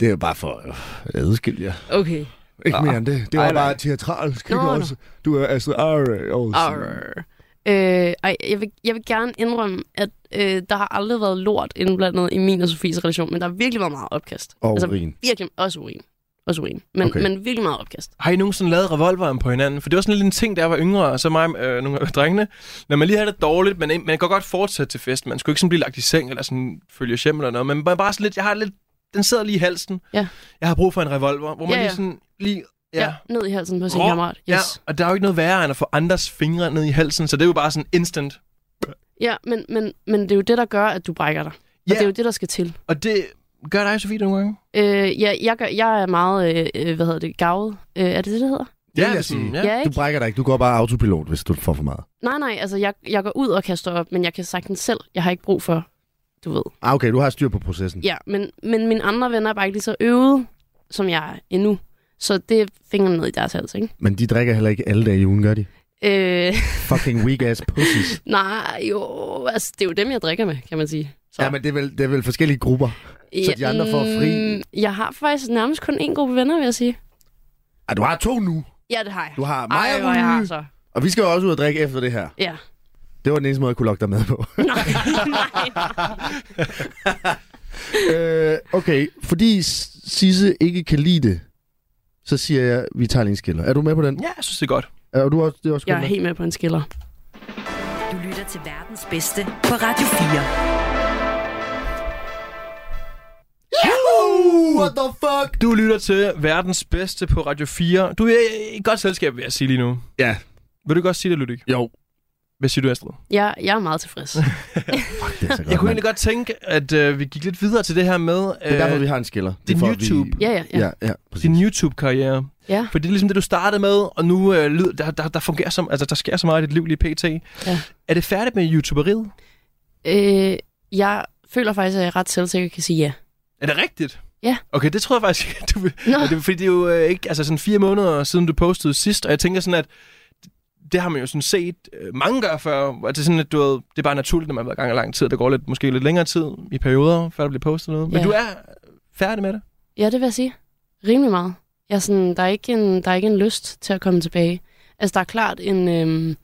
[SPEAKER 3] Det er jo bare for øh, at adskille jer.
[SPEAKER 5] Okay.
[SPEAKER 3] Ikke mere end det. Det var
[SPEAKER 4] Ej, nej.
[SPEAKER 3] bare teatralsk.
[SPEAKER 5] Nå,
[SPEAKER 3] ikke
[SPEAKER 5] nå.
[SPEAKER 3] også? Du er Astrid Arre. Olsen.
[SPEAKER 5] Arr. Øh, ej, jeg vil, jeg vil gerne indrømme, at øh, der har aldrig været lort indblandet i min og Sofies relation, men der har virkelig været meget opkast. Altså,
[SPEAKER 3] Og urin.
[SPEAKER 5] Virkelig, også urin. Også urin. Men,
[SPEAKER 3] Okay.
[SPEAKER 5] okay. men virkelig meget opkast.
[SPEAKER 4] Har I nogensinde lavet revolveren på hinanden? For det var sådan lidt en ting, da jeg var yngre, og så mig øh, nogle af drengene. Når man lige havde det dårligt, man, man kan godt fortsætte til festen. Man skulle ikke sådan blive lagt i seng, eller sådan følge hjem eller noget. Men bare- bare sådan lidt, jeg har lidt, den sidder lige i halsen.
[SPEAKER 5] Ja.
[SPEAKER 4] Jeg har brug for en revolver, hvor man
[SPEAKER 5] Ja,
[SPEAKER 4] lige
[SPEAKER 5] ja.
[SPEAKER 4] sådan, lige,
[SPEAKER 5] Ja. ja. Ned i halsen på sin
[SPEAKER 4] Rå.
[SPEAKER 5] kammerat. Yes.
[SPEAKER 4] Ja, og der er jo ikke noget værre end at få andres fingre ned i halsen, så det er jo bare sådan instant.
[SPEAKER 5] Ja, men, men, men det er jo det, der gør, at du brækker dig. Og
[SPEAKER 4] Ja.
[SPEAKER 5] det er jo det, der skal til.
[SPEAKER 4] Og det gør dig, Sofie, nogle gange.
[SPEAKER 5] Øh, ja, jeg, gør, jeg er meget, øh, øh, hvad hedder det, gavet. Øh, er det det, det hedder?
[SPEAKER 3] vil jeg
[SPEAKER 4] hvis man-
[SPEAKER 3] sige.
[SPEAKER 4] Ja.
[SPEAKER 5] Ja,
[SPEAKER 3] Du
[SPEAKER 5] ikke?
[SPEAKER 3] brækker dig ikke. Du går bare autopilot, hvis du får for meget.
[SPEAKER 5] Nej, nej, altså jeg, jeg går ud og kaster op, men jeg kan sagtens selv. Jeg har ikke brug for, du ved.
[SPEAKER 3] Ah, okay, du har styr på processen.
[SPEAKER 5] Ja, men, men mine andre venner er bare ikke lige så øvede, som jeg er endnu. Så det er fingrene ned i deres hals, ikke?
[SPEAKER 3] Men de drikker heller ikke alle dage i ugen, gør de?
[SPEAKER 5] Øh,
[SPEAKER 3] Fucking weak ass pussies.
[SPEAKER 5] nej, jo, altså det er jo dem, jeg drikker med, kan man sige. Så,
[SPEAKER 3] Ja, men det er, vel, det er vel forskellige grupper. så de andre får fri.
[SPEAKER 5] mm, Jeg har faktisk nærmest kun én gruppe venner, vil jeg sige.
[SPEAKER 3] Ah, du har to nu.
[SPEAKER 5] Ja, det har jeg.
[SPEAKER 3] Du har mig
[SPEAKER 5] Ej,
[SPEAKER 3] og
[SPEAKER 5] hvor jeg har
[SPEAKER 3] Ryge.
[SPEAKER 5] så.
[SPEAKER 3] Og vi skal jo også ud og drikke efter det her.
[SPEAKER 5] Ja.
[SPEAKER 3] Det var den eneste måde, jeg kunne lokke dig med på.
[SPEAKER 5] Nej, nej.
[SPEAKER 3] øh, okay, fordi S- Sisse ikke kan lide det, så siger jeg, vi tager lige en skiller. Er du med på den?
[SPEAKER 4] Ja, jeg synes, det er godt.
[SPEAKER 3] Er du også, det er også
[SPEAKER 5] Jeg
[SPEAKER 3] godt
[SPEAKER 5] er
[SPEAKER 3] med?
[SPEAKER 5] helt med på en skiller.
[SPEAKER 2] Du lytter til verdens bedste på Radio 4.
[SPEAKER 4] Uh!
[SPEAKER 3] What the fuck?
[SPEAKER 4] Du lytter til verdens bedste på Radio 4. Du er i et godt selskab, vil jeg sige lige nu.
[SPEAKER 3] Ja,
[SPEAKER 4] Vil du godt sige det, Lydik?
[SPEAKER 3] jo.
[SPEAKER 4] Hvad siger du, Astrid?
[SPEAKER 5] Jeg, jeg er meget tilfreds.
[SPEAKER 3] Fuck, det er så godt.
[SPEAKER 4] Jeg kunne
[SPEAKER 3] mand.
[SPEAKER 4] egentlig godt tænke, at øh, vi gik lidt videre til det her med
[SPEAKER 3] Det er derfor,
[SPEAKER 4] øh,
[SPEAKER 3] vi har en skiller. Det er
[SPEAKER 4] din
[SPEAKER 3] for, at
[SPEAKER 4] YouTube.
[SPEAKER 3] Vi...
[SPEAKER 5] Ja, ja, ja.
[SPEAKER 3] Ja, ja, præcis.
[SPEAKER 4] din YouTube-karriere.
[SPEAKER 5] Ja.
[SPEAKER 4] For det er ligesom det, du startede med, og nu øh, lyder- der, der, der, fungerer som, altså, der sker så meget i dit liv lige pt.
[SPEAKER 5] Ja.
[SPEAKER 4] Er det færdigt med YouTuberiet?
[SPEAKER 5] Øh, jeg føler faktisk, at jeg ret selvsikker kan sige ja.
[SPEAKER 4] Er det rigtigt?
[SPEAKER 5] Ja.
[SPEAKER 4] Okay, det tror jeg faktisk, du vil.
[SPEAKER 5] Nå,
[SPEAKER 4] Og det, er- fordi det er jo øh, ikke, altså sådan fire måneder siden, du postede sidst, og jeg tænker sådan, at det har man jo sådan set øh, mange gøre før. Og det er sådan, at du ved, det er bare naturligt, når man har været i gang i lang tid. Der går lidt, måske lidt længere tid i perioder, før der bliver postet noget. Men
[SPEAKER 5] Ja.
[SPEAKER 4] du er færdig med det.
[SPEAKER 5] ja, det vil jeg sige. Rimelig meget. Jeg er sådan, der, er ikke en, der er ikke en lyst til at komme tilbage. Altså, der er klart en... Øhm,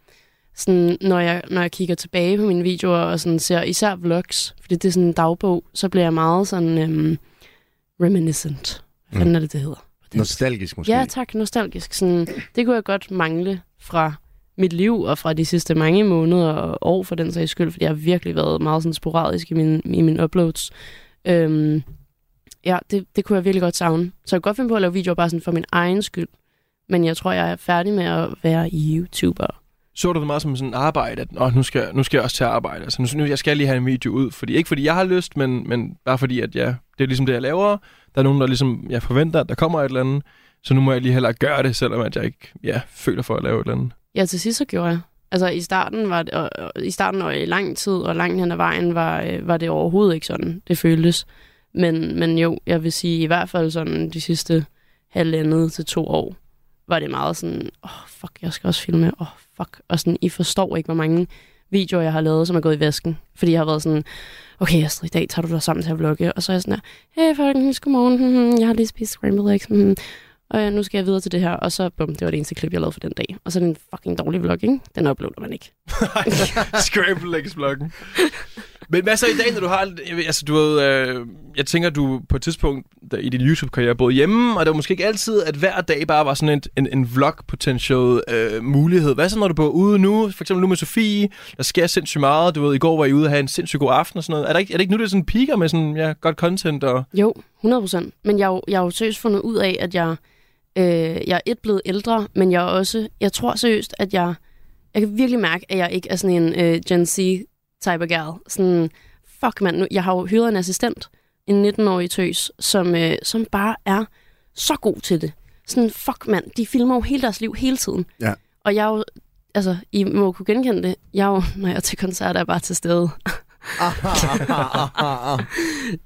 [SPEAKER 5] sådan, når, jeg, når jeg kigger tilbage på mine videoer og sådan ser især vlogs, fordi det er sådan en dagbog, så bliver jeg meget sådan øhm, reminiscent. Hvad fanden er det, det hedder?
[SPEAKER 3] Nostalgisk måske.
[SPEAKER 5] Ja, tak. Nostalgisk. Sådan, det kunne jeg godt mangle fra mit liv og fra de sidste mange måneder og år for den sags skyld, fordi jeg har virkelig været meget sådan sporadisk i mine, i mine uploads. Øhm, ja, det, det kunne jeg virkelig godt savne. Så jeg kunne godt finde på at lave videoer bare sådan for min egen skyld. Men jeg tror, jeg er færdig med at være YouTuber.
[SPEAKER 4] så du det meget som sådan arbejde, at Åh, nu, skal, nu skal jeg også til at arbejde. Altså, nu, nu, jeg skal lige have en video ud, fordi, ikke fordi jeg har lyst, men, men bare fordi, at ja, det er ligesom det, jeg laver. Der er nogen, der ligesom, jeg forventer, at der kommer et eller andet. Så nu må jeg lige heller gøre det, selvom at jeg ikke ja, føler for at lave et eller andet.
[SPEAKER 5] Ja, til sidst så gjorde jeg. Altså i starten var det, og, og, i starten og i lang tid og langt hen ad vejen var, øh, var det overhovedet ikke sådan, det føltes. Men, men jo, jeg vil sige i hvert fald sådan de sidste halvandet til to år, var det meget sådan, åh oh, fuck, jeg skal også filme, åh oh, fuck. Og sådan, I forstår ikke, hvor mange videoer, jeg har lavet, som er gået i vasken. Fordi jeg har været sådan, okay Astrid, i dag tager du dig sammen til at vlogge. Og så er jeg sådan her, hey folkens, godmorgen, hmm, jeg har lige spist scrambled eggs, hmm, og ja, nu skal jeg videre til det her, og så bum, det var det eneste klip, jeg lavede for den dag. Og så er det en fucking dårlig vlog, ikke? Den uploader man ikke.
[SPEAKER 4] Scramble eggs bloggen Men hvad så i dag, når du har... Altså, du ved, øh, jeg tænker, du på et tidspunkt der, i din YouTube-karriere boede hjemme, og det var måske ikke altid, at hver dag bare var sådan en, en, en vlog-potential øh, mulighed. Hvad så, når du bor ude nu? For eksempel nu med Sofie. Der sker sindssygt meget. Du ved, i går var I ude og have en sindssygt god aften og sådan noget. Er, der ikke, er det ikke nu, det sådan piker med sådan, ja, godt content og...
[SPEAKER 5] Jo, 100%. Men jeg, er jo- jeg har jo seriøst fundet ud af, at jeg, øh, jeg er et blevet ældre, men jeg er også, jeg tror seriøst, at jeg, jeg kan virkelig mærke, at jeg ikke er sådan en øh, Gen Z-type af gal. Sådan, fuck mand, nu, jeg har jo hyret en assistent, en 19-årig tøs, som, øh, som bare er så god til det. Sådan, fuck mand, de filmer jo hele deres liv hele tiden.
[SPEAKER 3] Ja.
[SPEAKER 5] Og jeg er jo, altså, I må kunne genkende det, jeg er jo, når jeg er til koncert, er jeg bare til stede.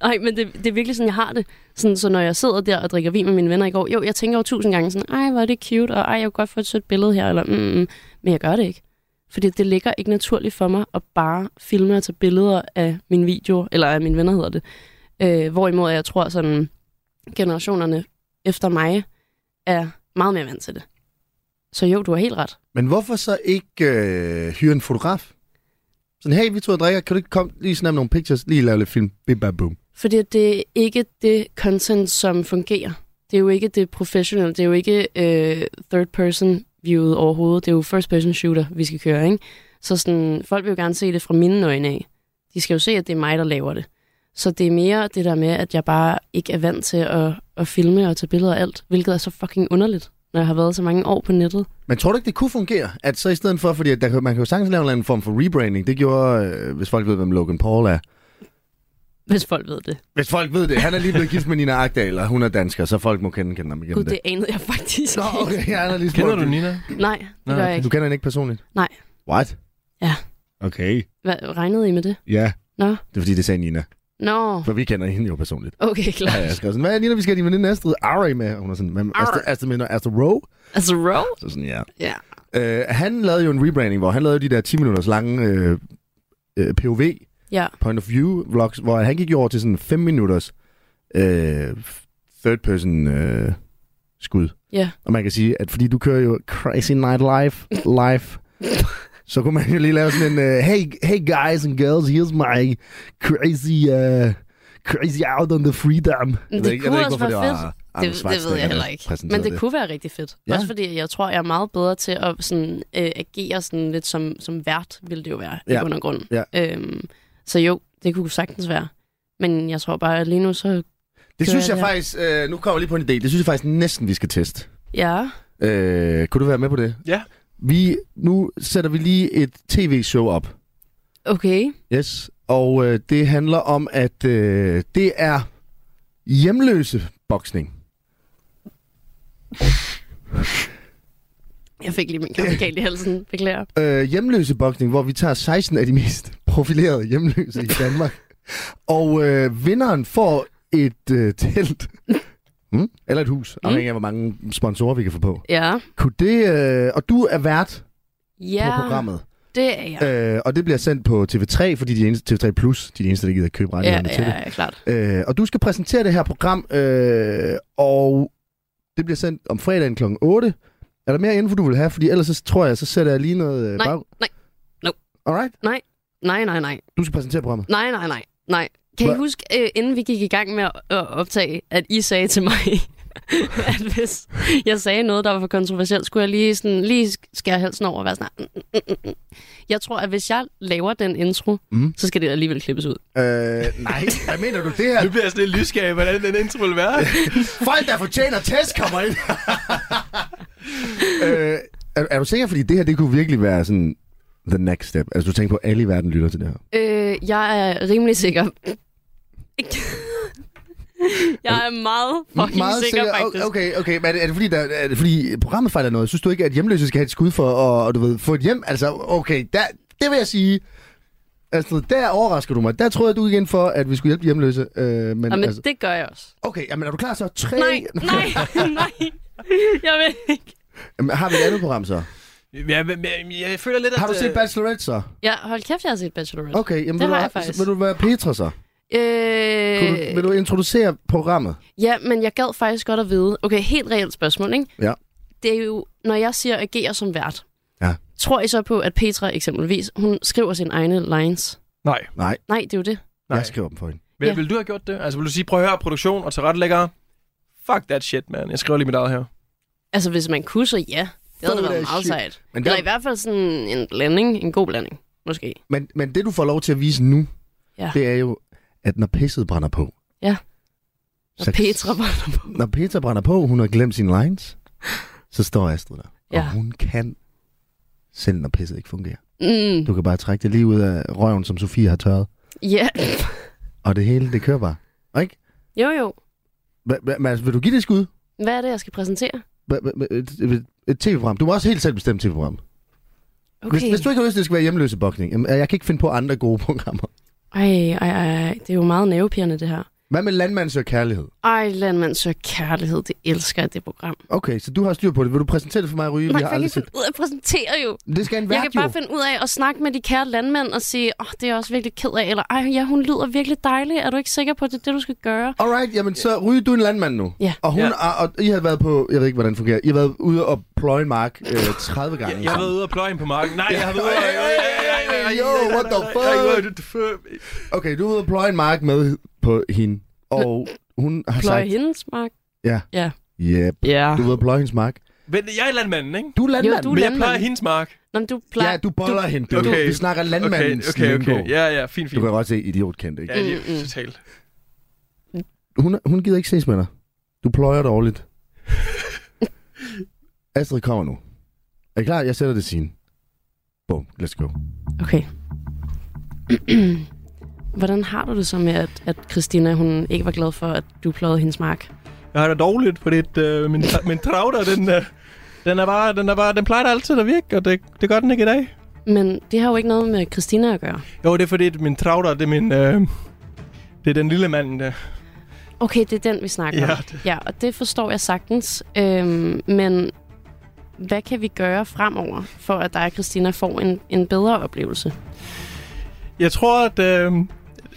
[SPEAKER 5] Nej, men det, det er virkelig sådan, jeg har det. Sådan, så når jeg sidder der og drikker vin med mine venner i går, jo, jeg tænker jo tusind gange sådan, ej, hvor er det cute, og ej, jeg kunne godt få et sødt billede her, eller mm, mm, men jeg gør det ikke. Fordi det ligger ikke naturligt for mig at bare filme og tage billeder af mine videoer, eller af mine venner hedder det. Øh, hvorimod jeg tror sådan, generationerne efter mig er meget mere vant til det. Så jo, du har helt ret.
[SPEAKER 3] Men hvorfor så ikke øh, hyre en fotograf? Sådan, hey, vi to drikker, kan du ikke komme lige snappe nogle pictures, lige lave lidt film, bim bam boom.
[SPEAKER 5] Fordi det er ikke det content, som fungerer. Det er jo ikke det professionelle, det er jo ikke øh, third person viewet overhovedet, det er jo first person shooter, vi skal køre, ikke? Så sådan, folk vil jo gerne se det fra mine øjne af. De skal jo se, at det er mig, der laver det. Så det er mere det der med, at jeg bare ikke er vant til at, at filme og tage billeder af alt, hvilket er så fucking underligt, når jeg har været så mange år på nettet.
[SPEAKER 3] Men tror du ikke, det kunne fungere? At så i stedet for, fordi at der, kan- man kan jo sagtens lave en eller anden form for rebranding. Det gjorde, øh, hvis folk ved, hvem Logan Paul er.
[SPEAKER 5] Hvis folk ved det.
[SPEAKER 3] Hvis folk ved det, han er lige blevet gift med Nina Agdal, og hun er dansker, så folk må kende, kende ham igen.
[SPEAKER 5] Gud, det anede jeg faktisk
[SPEAKER 3] Nå,
[SPEAKER 5] ikke.
[SPEAKER 3] okay, han er lige
[SPEAKER 4] Kender
[SPEAKER 3] spurgt
[SPEAKER 4] du
[SPEAKER 3] det.
[SPEAKER 4] Nina?
[SPEAKER 5] Nej, det
[SPEAKER 4] Nå,
[SPEAKER 5] gør jeg
[SPEAKER 4] okay.
[SPEAKER 5] ikke.
[SPEAKER 3] Du kender hende ikke personligt?
[SPEAKER 5] Nej.
[SPEAKER 3] What?
[SPEAKER 5] Ja.
[SPEAKER 3] Okay,
[SPEAKER 5] Hvad, regnede I med det?
[SPEAKER 3] ja.
[SPEAKER 5] Nå.
[SPEAKER 3] Det er fordi, det sagde Nina.
[SPEAKER 5] Nå,
[SPEAKER 3] For vi kender hende jo personligt.
[SPEAKER 5] okay,
[SPEAKER 3] Ja,
[SPEAKER 5] klar.
[SPEAKER 3] jeg skrev sådan, hvad er Nina, vi skal have din veninde Astrid Array med? Og hun er sådan, hvem?
[SPEAKER 5] Arre.
[SPEAKER 3] Astrid, Astrid, mener Astrid Rowe?
[SPEAKER 5] Altså, roll?
[SPEAKER 3] Så sådan, ja.
[SPEAKER 5] Ja.
[SPEAKER 3] Øh, han lavede jo en rebranding, hvor han lavede de der 10 minutters lange øh, øh, POV,
[SPEAKER 5] Ja.
[SPEAKER 3] point of view vlogs, hvor han gik jo over til sådan 5 minutters øh, third person øh, skud.
[SPEAKER 5] Ja.
[SPEAKER 3] Og man kan sige, at fordi du kører jo Crazy Night Life, life så kunne man jo lige lave sådan en, øh, hey, hey guys and girls, here's my crazy, uh, crazy out on the freedom. Jeg ved ikke- jeg
[SPEAKER 5] kunne
[SPEAKER 3] ved ikke,
[SPEAKER 5] også
[SPEAKER 3] hvorfor
[SPEAKER 5] være
[SPEAKER 3] var
[SPEAKER 5] fedt.
[SPEAKER 3] Arnold
[SPEAKER 5] Det, det ved
[SPEAKER 3] Schwarzenegger,
[SPEAKER 5] jeg
[SPEAKER 3] der
[SPEAKER 5] heller ikke. Men
[SPEAKER 3] præsenterede
[SPEAKER 5] det, det kunne være rigtig fedt.
[SPEAKER 3] Ja.
[SPEAKER 5] Ja. Også fordi jeg tror, jeg er meget bedre til at sådan, øh, agere sådan lidt som, som vært, ville det jo være ja.
[SPEAKER 3] Ja.
[SPEAKER 5] i bund og grund.
[SPEAKER 3] Ja.
[SPEAKER 5] Øhm, så jo, det kunne sagtens være. Men jeg tror bare, at lige nu så
[SPEAKER 3] Det
[SPEAKER 5] Gør
[SPEAKER 3] synes
[SPEAKER 5] jeg
[SPEAKER 3] jeg
[SPEAKER 5] det her?
[SPEAKER 3] faktisk, øh, nu kommer jeg lige på en idé, det synes jeg faktisk næsten, vi skal teste.
[SPEAKER 5] Ja.
[SPEAKER 3] Øh, kunne du være med på det?
[SPEAKER 4] Ja.
[SPEAKER 3] Vi, nu sætter vi lige et tv-show op.
[SPEAKER 5] Okay.
[SPEAKER 3] Yes, og øh, det handler om, at øh, det er hjemløse boksning.
[SPEAKER 5] Jeg fik lige min kaffe galt i halsen. Beklager.
[SPEAKER 3] Øh, hjemløse boksning, hvor vi tager 16 af de mest profilerede hjemløse i Danmark. og øh, vinderen får et øh, telt. Mm? Eller et hus, afhængig af, hvor mange sponsorer vi kan få på.
[SPEAKER 5] Ja.
[SPEAKER 3] Kunne det, øh, og du er vært ja.
[SPEAKER 5] Ja,
[SPEAKER 3] på programmet.
[SPEAKER 5] det er jeg.
[SPEAKER 3] Øh, og det bliver sendt på TV3, fordi de er eneste, TV3 Plus, de er de eneste, der gider at købe
[SPEAKER 5] Ja,
[SPEAKER 3] rettighederne til det.
[SPEAKER 5] ja, ja, klart.
[SPEAKER 3] Øh, og du skal præsentere det her program, øh, og det bliver sendt om fredagen kl. 8. Er der mere info, du vil have? Fordi ellers så tror jeg, så sætter jeg lige noget øh,
[SPEAKER 5] Nej,
[SPEAKER 3] bag...
[SPEAKER 5] nej, no.
[SPEAKER 3] Alright,
[SPEAKER 5] Nej, nej, nej.
[SPEAKER 3] du skal præsentere programmet.
[SPEAKER 5] Nej, nej, nej. nej. Kan
[SPEAKER 3] Hva-
[SPEAKER 5] I huske, øh, inden vi gik i gang med at at optage, at I sagde til mig, at hvis jeg sagde noget, der var for kontroversielt, skulle jeg lige, sådan, lige skære halsen over og være sådan, "Mm, mm, mm, mm." jeg tror, at hvis jeg laver den intro,
[SPEAKER 3] Mm.
[SPEAKER 5] mm. så skal det alligevel klippes ud.
[SPEAKER 3] Øh, nej, hvad mener du det
[SPEAKER 4] Nu
[SPEAKER 3] her?
[SPEAKER 4] bliver jeg sådan lidt lysgerrig, hvordan den intro vil være.
[SPEAKER 3] Folk, der fortjener test, kommer ind. øh, er, er du sikker? Fordi det her, det kunne virkelig være sådan the next step. Altså, du tænker på, at alle i verden lytter til det her.
[SPEAKER 5] Øh, jeg er rimelig sikker. jeg er meget fucking meget sikker, sikker, faktisk.
[SPEAKER 3] O- Okay, okay, men er det, er det fordi, der, er det fordi programmet fejler noget? Synes du ikke, at hjemløse skal have et skud for at og, du ved, få et hjem? Altså, okay, der, det vil jeg sige... Altså, der overrasker du mig. Der troede jeg, du gik ind for, at vi skulle hjælpe de hjemløse. Øh, men,
[SPEAKER 5] Og, men
[SPEAKER 3] altså,
[SPEAKER 5] det gør jeg også.
[SPEAKER 3] okay, jamen, er du klar så? Tre...
[SPEAKER 5] Nej, nej, nej. Jeg vil ikke.
[SPEAKER 3] Jamen, har vi et andet program så?
[SPEAKER 4] Ja, men, men jeg føler lidt, at...
[SPEAKER 3] Har du set
[SPEAKER 4] øh,
[SPEAKER 3] Bachelorette så?
[SPEAKER 5] Ja, hold kæft, jeg har set Bachelorette.
[SPEAKER 3] Okay, jamen,
[SPEAKER 5] Det
[SPEAKER 3] vil,
[SPEAKER 5] har
[SPEAKER 3] du,
[SPEAKER 5] jeg faktisk.
[SPEAKER 3] vil du være Petra så?
[SPEAKER 5] Øh,
[SPEAKER 3] Kunne du, vil du introducere programmet?
[SPEAKER 5] Ja, men jeg gad faktisk godt at vide. Okay, helt reelt spørgsmål, ikke?
[SPEAKER 3] Ja.
[SPEAKER 5] Det er jo, når jeg siger agerer som vært.
[SPEAKER 3] Ja.
[SPEAKER 5] Tror I så på, at Petra eksempelvis, hun skriver sine egne lines?
[SPEAKER 4] Nej.
[SPEAKER 3] Nej,
[SPEAKER 5] Nej, det er jo det.
[SPEAKER 3] Nej.
[SPEAKER 4] Nej.
[SPEAKER 3] jeg skriver dem for hende.
[SPEAKER 4] Vil,
[SPEAKER 5] Ja.
[SPEAKER 4] ja. vil du have gjort det? Altså, vil du sige, prøv at høre produktion og tilrettelæggere? Fuck that shit, man. Jeg skriver lige mit eget her.
[SPEAKER 5] Altså, hvis man kunne, så ja.
[SPEAKER 3] Så
[SPEAKER 5] Det havde da
[SPEAKER 3] ville
[SPEAKER 5] været
[SPEAKER 3] det
[SPEAKER 5] meget
[SPEAKER 3] shit.
[SPEAKER 5] sejt.
[SPEAKER 3] Men
[SPEAKER 5] Eller i
[SPEAKER 3] det,
[SPEAKER 5] hvert fald sådan en blanding. En god blanding, måske.
[SPEAKER 3] men, men det, du får lov til at vise nu,
[SPEAKER 5] Ja.
[SPEAKER 3] det er jo, at når pisset brænder på...
[SPEAKER 5] Ja. Og
[SPEAKER 3] så-
[SPEAKER 5] Petra var der på.
[SPEAKER 3] Når Peter brænder på, hun har glemt sine lines, så står Astrid der. Ja.
[SPEAKER 5] Ja.
[SPEAKER 3] Og hun kan, selv når pisset ikke fungerer.
[SPEAKER 5] Mm,
[SPEAKER 3] Du kan bare trække det lige ud af røven, som Sofie har tørret.
[SPEAKER 5] ja.
[SPEAKER 3] Og det hele, det kører bare. Og Ikke?
[SPEAKER 5] Jo, jo.
[SPEAKER 3] Hva- hva- Men altså, vil du give det et skud?
[SPEAKER 5] Hvad er det, jeg skal præsentere?
[SPEAKER 3] Hva- hva- hva- et- et- Et tv-program. Du må også helt selv bestemme tv-program.
[SPEAKER 5] Okay.
[SPEAKER 3] Hvis, hvis du ikke har lyst til, at det skal være hjemløse bokning, jamen, jeg kan ikke finde på andre gode programmer.
[SPEAKER 5] Ej, ej, ej. Det er jo meget nervepirrende, det her.
[SPEAKER 3] Hvad med landmandens og kærlighed?
[SPEAKER 5] Ej, landmand søger kærlighed. Det elsker jeg, det program.
[SPEAKER 3] Okay, så du har styr på det. Vil du præsentere det for mig, Ryge?
[SPEAKER 5] Man
[SPEAKER 3] Vi har
[SPEAKER 5] kan
[SPEAKER 3] aldrig
[SPEAKER 5] ikke
[SPEAKER 3] set.
[SPEAKER 5] finde ud af at præsentere jo.
[SPEAKER 3] Det skal en
[SPEAKER 5] Jeg
[SPEAKER 3] vært
[SPEAKER 5] kan
[SPEAKER 3] jo.
[SPEAKER 5] bare finde ud af at snakke med de kære landmænd og sige, åh, oh, det er jeg også virkelig ked af, eller ej, ja, hun lyder virkelig dejlig. Er du ikke sikker på, at det er det, du skal gøre?
[SPEAKER 3] Alright, jamen så ryge du er en landmand nu.
[SPEAKER 5] Ja.
[SPEAKER 3] Og, hun,
[SPEAKER 4] Ja.
[SPEAKER 3] Og, og I har været på, jeg ved ikke, hvordan det fungerer, I har været ude og pløje en mark øh, 30 gange.
[SPEAKER 4] Jeg, jeg har været ude og pløje ind på marken. Nej, jeg har været ude og...
[SPEAKER 3] Hey, hey, hey, hey, yo, what the
[SPEAKER 4] fuck?
[SPEAKER 3] Okay, du er ude og pløje en mark med på hende, og hun har
[SPEAKER 5] Pløje
[SPEAKER 3] sagt...
[SPEAKER 5] hendes, Mark.
[SPEAKER 3] Yep.
[SPEAKER 5] Ja.
[SPEAKER 3] Du er ude og pløje hendes mark.
[SPEAKER 4] Men jeg er landmanden, ikke?
[SPEAKER 3] Du er landmand.
[SPEAKER 5] Jo, du er
[SPEAKER 4] Men jeg
[SPEAKER 5] Landmanden.
[SPEAKER 4] plejer hendes mark.
[SPEAKER 5] Nå, men du plejer...
[SPEAKER 3] Ja, du boller hende. Du, okay.
[SPEAKER 4] Okay.
[SPEAKER 3] Vi snakker
[SPEAKER 4] Okay,
[SPEAKER 3] landmandens
[SPEAKER 4] okay,
[SPEAKER 3] lingo.
[SPEAKER 4] okay. Ja, ja,
[SPEAKER 3] Du
[SPEAKER 4] fint, fint.
[SPEAKER 3] kan godt se idiotkendt, ikke?
[SPEAKER 4] Ja, det
[SPEAKER 5] Mm, mm.
[SPEAKER 4] er totalt.
[SPEAKER 3] Hun, hun gider ikke ses med dig. Du pløjer dårligt. Astrid kommer nu. Er I klar? Jeg sætter det sin. Boom, let's go.
[SPEAKER 5] Okay. Hvordan har du det så med, at, at Christina hun ikke var glad for, at du pløjede hendes mark?
[SPEAKER 4] Jeg har det dårligt, fordi øh, min, min travler, den, øh, den er bare, den er bare, den plejer da altid at virke, og det, det gør den ikke i dag.
[SPEAKER 5] Men det har jo ikke noget med Christina at gøre.
[SPEAKER 4] Jo, det er fordi, at min travler, det er min, øh, det er den lille mand, der.
[SPEAKER 5] Okay, det er den, vi snakker
[SPEAKER 4] Ja,
[SPEAKER 5] om. Ja, og det forstår jeg sagtens. Øhm, men hvad kan vi gøre fremover, for at dig og Christina får en, en bedre oplevelse?
[SPEAKER 4] Jeg tror, at, øh,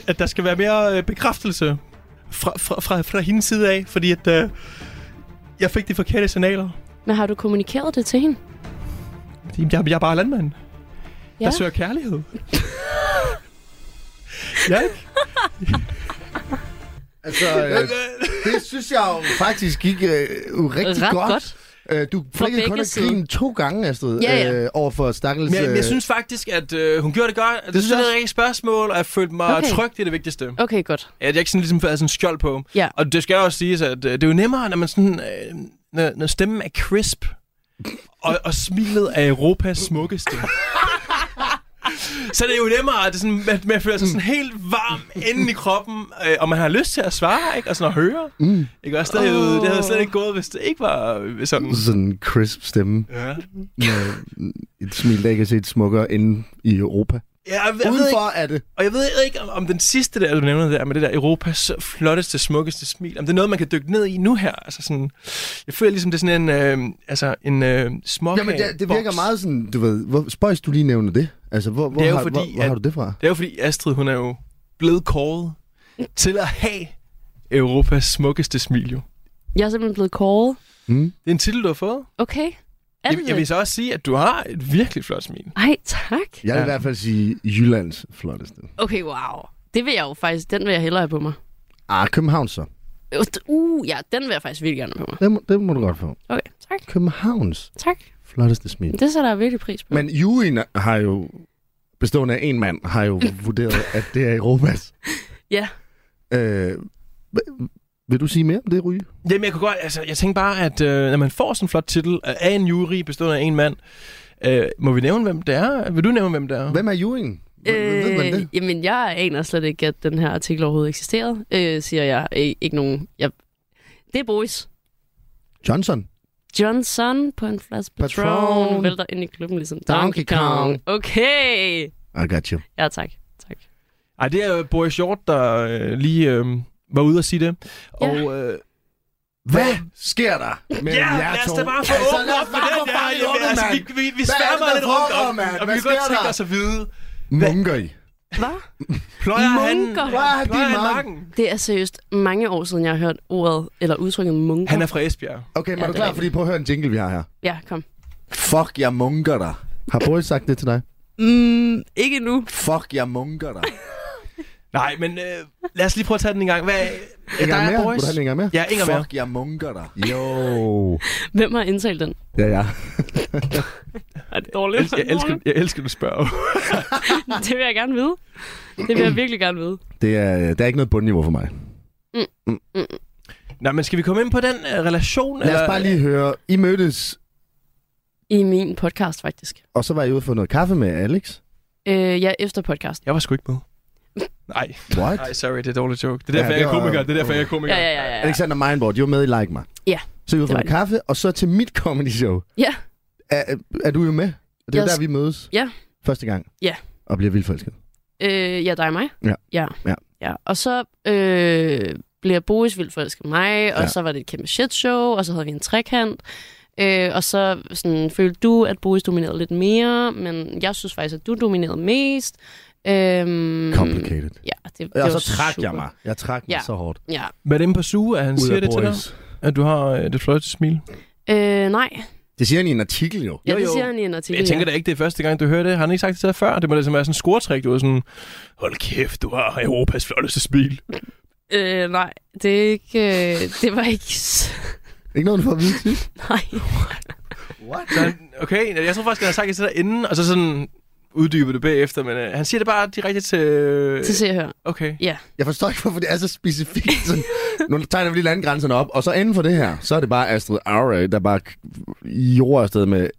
[SPEAKER 4] at der skal være mere øh, bekræftelse fra, fra, fra, fra hendes side af, fordi at, øh, jeg fik de forkerte signaler.
[SPEAKER 5] Men har du kommunikeret det til hende?
[SPEAKER 4] Fordi Jeg, jeg er bare landmand. Ja.
[SPEAKER 5] Ja.
[SPEAKER 4] Jeg søger kærlighed. ja, ikke?
[SPEAKER 3] Altså, øh, det synes jeg jo faktisk gik øh, rigtig
[SPEAKER 5] Ret
[SPEAKER 3] godt.
[SPEAKER 5] godt.
[SPEAKER 3] Øh, du flækkede
[SPEAKER 5] begge
[SPEAKER 3] kun at
[SPEAKER 5] sider.
[SPEAKER 3] grine to gange, Astrid,
[SPEAKER 5] Ja, ja.
[SPEAKER 3] Øh, over for stakkels...
[SPEAKER 4] Men jeg,
[SPEAKER 3] øh,
[SPEAKER 4] jeg synes faktisk, at øh, hun gjorde det godt. Det, det
[SPEAKER 3] synes jeg
[SPEAKER 4] synes
[SPEAKER 3] også.
[SPEAKER 4] jeg ikke spørgsmål, og jeg følte mig
[SPEAKER 5] Okay.
[SPEAKER 4] okay. tryg. Det er det vigtigste.
[SPEAKER 5] Okay, godt.
[SPEAKER 4] At jeg ikke sådan, ligesom havde sådan en skjold på.
[SPEAKER 5] Ja.
[SPEAKER 4] Og det skal også siges, at øh, det er jo nemmere, når man sådan... Øh, når, når stemmen er crisp, og, og smilet er Europas smukkeste. Så det er jo nemmere, at det er sådan, man, man føler sig sådan helt varm inde i kroppen, øh, og man har lyst til at svare, ikke? Og sådan at høre. Mm. Ikke? Også, det, oh. det havde slet ikke gået, hvis det ikke var øh, sådan.
[SPEAKER 3] Sådan en crisp stemme
[SPEAKER 4] Ja.
[SPEAKER 3] med et smil, der ikke er set smukkere inde i Europa.
[SPEAKER 4] Ja, jeg, jeg ved ikke,
[SPEAKER 3] Udenfor er det.
[SPEAKER 4] og jeg ved ikke, om, om den sidste der, du nævner der, med det der Europas flotteste, smukkeste smil, om det er noget, man kan dykke ned i nu her. Altså sådan, jeg føler ligesom, det er sådan en, øh, altså en øh, småkage
[SPEAKER 3] Jamen, det, det virker meget sådan, du ved, hvor, spøjs du lige nævner det. Altså, hvor, hvor,
[SPEAKER 4] Det er jo
[SPEAKER 3] har,
[SPEAKER 4] fordi,
[SPEAKER 3] hvor, hvor
[SPEAKER 4] at-
[SPEAKER 3] har du det fra?
[SPEAKER 4] Det er jo fordi Astrid, hun er jo blevet kåret til at have Europas smukkeste smil, jo.
[SPEAKER 5] Jeg er simpelthen blevet kåret.
[SPEAKER 3] Hmm?
[SPEAKER 4] Det er en titel, du har fået.
[SPEAKER 5] Okay. Er
[SPEAKER 4] Jeg,
[SPEAKER 5] det
[SPEAKER 4] jeg vil
[SPEAKER 5] det?
[SPEAKER 4] så også sige, at du har et virkelig flot smil.
[SPEAKER 5] Ej, tak.
[SPEAKER 3] Jeg vil
[SPEAKER 4] Ja.
[SPEAKER 3] i hvert fald sige Jyllands flotteste.
[SPEAKER 5] Okay, wow. Det vil jeg jo faktisk, den vil jeg hellere have på mig.
[SPEAKER 3] Ah, København så.
[SPEAKER 5] Uh, ja, den vil jeg faktisk virkelig gerne have på mig.
[SPEAKER 3] Det må, det må du godt få.
[SPEAKER 5] Okay, tak.
[SPEAKER 3] Københavns
[SPEAKER 5] Tak.
[SPEAKER 3] flotteste smil.
[SPEAKER 5] Det sætter jeg virkelig pris på.
[SPEAKER 3] Men juryen har jo, bestående af en mand, har jo vurderet, at det er Europas.
[SPEAKER 5] Ja.
[SPEAKER 3] Øh, hva- vil du sige mere om det, Ryge?
[SPEAKER 4] Jamen, jeg kunne godt, altså, jeg tænker bare, at øh, når man får sådan en flot titel øh, af en jury bestående af en mand, øh, må vi nævne, hvem det er? Vil du nævne, hvem det er?
[SPEAKER 3] Hvem er juryen? Øh, ved man det?
[SPEAKER 5] jamen, jeg aner slet ikke, at den her artikel overhovedet eksisterede, øh, siger jeg. I, ikke nogen... Jeg... Det er Boris.
[SPEAKER 3] Johnson.
[SPEAKER 5] Johnson på en flaske Patron.
[SPEAKER 3] Patron.
[SPEAKER 5] Vælter ind i klubben ligesom
[SPEAKER 3] Donkey Kong.
[SPEAKER 5] Okay.
[SPEAKER 3] I got you.
[SPEAKER 5] Ja, tak. tak.
[SPEAKER 4] Ej, det er øh, Boris Hjort, der øh, lige øh, var ude at sige det.
[SPEAKER 5] Ja.
[SPEAKER 4] Og, øh,
[SPEAKER 3] Hvad sker der mellem
[SPEAKER 4] ja,
[SPEAKER 3] jer
[SPEAKER 4] lad os
[SPEAKER 3] to?
[SPEAKER 4] da bare få
[SPEAKER 3] Altså,
[SPEAKER 4] åbnet
[SPEAKER 3] lad os
[SPEAKER 4] op for
[SPEAKER 3] bare
[SPEAKER 4] den.
[SPEAKER 3] få fejret
[SPEAKER 4] Ja,
[SPEAKER 3] åbnet,
[SPEAKER 4] altså, vi,
[SPEAKER 3] mand.
[SPEAKER 4] vi, vi
[SPEAKER 3] Hvad er det,
[SPEAKER 4] sværmer
[SPEAKER 3] der
[SPEAKER 4] lidt rundt
[SPEAKER 3] foregår,
[SPEAKER 4] om,
[SPEAKER 3] mand?
[SPEAKER 4] og vi
[SPEAKER 3] Hvad
[SPEAKER 4] kan godt
[SPEAKER 3] sker
[SPEAKER 4] tænke
[SPEAKER 3] der?
[SPEAKER 4] os at vide.
[SPEAKER 3] Munker I?
[SPEAKER 5] Hvad?
[SPEAKER 4] Pløjer han,
[SPEAKER 5] Munker.
[SPEAKER 3] Pløjer han
[SPEAKER 4] pløjer
[SPEAKER 3] din
[SPEAKER 4] han
[SPEAKER 3] mark?
[SPEAKER 4] nakken?
[SPEAKER 5] Det er seriøst mange år siden, jeg har hørt ordet, eller udtrykket munker.
[SPEAKER 4] Han er fra Esbjerg.
[SPEAKER 3] Okay, men
[SPEAKER 5] Ja,
[SPEAKER 3] er du
[SPEAKER 5] det
[SPEAKER 3] klar?
[SPEAKER 5] er
[SPEAKER 3] Fordi prøv at høre en jingle, vi har her.
[SPEAKER 5] Ja, kom.
[SPEAKER 3] Fuck, jeg munker dig. Har Boris sagt det til dig?
[SPEAKER 5] Mm, ikke nu.
[SPEAKER 3] Fuck, jeg munker dig.
[SPEAKER 4] Nej, men øh, lad os lige prøve at tage den en gang. Hvad,
[SPEAKER 3] En
[SPEAKER 4] der
[SPEAKER 3] gang
[SPEAKER 4] er
[SPEAKER 3] mere? Vil
[SPEAKER 4] Boris.
[SPEAKER 3] du have den en gang mere?
[SPEAKER 4] Ja, en gang mere.
[SPEAKER 3] Fuck, jeg munker dig. Jo.
[SPEAKER 5] Hvem har indtalt den?
[SPEAKER 3] Ja, ja.
[SPEAKER 5] Er det
[SPEAKER 4] Jeg,
[SPEAKER 5] dårligt?
[SPEAKER 4] elsker- jeg, elsker, jeg elsker, du spørger.
[SPEAKER 5] Det vil jeg gerne vide. Det vil jeg virkelig gerne vide.
[SPEAKER 3] Det er, øh, der er ikke noget bundniveau for mig.
[SPEAKER 4] Nå, men skal vi komme ind på den øh, relation?
[SPEAKER 3] Lad os bare lige høre. I mødtes,
[SPEAKER 5] I min podcast, faktisk.
[SPEAKER 3] og så var I ude for noget kaffe med Alex.
[SPEAKER 5] Øh, ja, efter podcast.
[SPEAKER 4] Jeg var sgu ikke med. Nej,
[SPEAKER 3] What?
[SPEAKER 4] nej, sorry, det er dårlig joke. Det er
[SPEAKER 3] Ja,
[SPEAKER 4] derfor, ja, jeg er
[SPEAKER 3] det var-
[SPEAKER 4] komiker. Det er derfor, jeg er komiker.
[SPEAKER 5] Ja, ja, ja. ja, ja.
[SPEAKER 3] Alexander Meinborg, du var med i Like Mig.
[SPEAKER 5] Ja,
[SPEAKER 3] Så I var
[SPEAKER 5] det
[SPEAKER 3] for
[SPEAKER 5] var
[SPEAKER 3] noget kaffe, og så til mit comedy show.
[SPEAKER 5] Ja.
[SPEAKER 3] Er, er du jo med? Det er jo
[SPEAKER 5] Jeg
[SPEAKER 3] der,
[SPEAKER 5] sk-
[SPEAKER 3] vi mødes.
[SPEAKER 5] Ja.
[SPEAKER 3] Første gang.
[SPEAKER 5] Ja.
[SPEAKER 3] Og bliver vildt forelsket.
[SPEAKER 5] Øh, ja, dig og mig.
[SPEAKER 3] Ja.
[SPEAKER 5] Ja.
[SPEAKER 3] Ja.
[SPEAKER 5] ja. Og så øh, bliver Boris vildt forelsket i mig, og
[SPEAKER 3] Ja.
[SPEAKER 5] ja. så var det et kæmpe shit show, og så havde vi en trekant. Øh, og så sådan, følte du, at Boris dominerede lidt mere, men jeg synes faktisk, at du dominerede mest. Øhm,
[SPEAKER 3] Complicated.
[SPEAKER 5] Ja, det, det
[SPEAKER 3] Og
[SPEAKER 5] var
[SPEAKER 3] så trak
[SPEAKER 5] super.
[SPEAKER 3] jeg mig. Jeg trak mig
[SPEAKER 5] Ja.
[SPEAKER 3] så hårdt.
[SPEAKER 5] Ja.
[SPEAKER 4] Hvad er det inde på suge, at han
[SPEAKER 3] Ud
[SPEAKER 4] siger
[SPEAKER 3] af
[SPEAKER 4] det til dig?
[SPEAKER 3] Boris.
[SPEAKER 4] At du har øh, det flotte smil?
[SPEAKER 5] Øh, nej,
[SPEAKER 3] Det siger han i en artikel jo.
[SPEAKER 5] ja,
[SPEAKER 4] Jo,
[SPEAKER 5] det
[SPEAKER 4] jo.
[SPEAKER 5] siger han i en artikel.
[SPEAKER 4] Jeg tænker
[SPEAKER 5] ja.
[SPEAKER 4] da ikke, det er første gang, du hører det. Har han ikke sagt det til dig før? Det må ligesom være sådan en scoretræk, du er sådan, hold kæft, du har Europas flotteste smil.
[SPEAKER 5] Øh, nej, det, er ikke, øh, det var ikke... s-
[SPEAKER 3] Ikke noget, du får at vide sidst.
[SPEAKER 5] nej.
[SPEAKER 3] What?
[SPEAKER 4] Så han, okay, jeg tror faktisk, han har sagt det til dig inden, og så sådan uddyber det bagefter, men øh, han siger det bare direkte til...
[SPEAKER 5] Det ser jeg her.
[SPEAKER 4] Okay.
[SPEAKER 3] Jeg forstår ikke, hvorfor det er så specifikt. Sådan, nu tegner vi lige landegrænserne op, og så inden for det her, så er det bare Astrid Aure, der bare jorder afsted med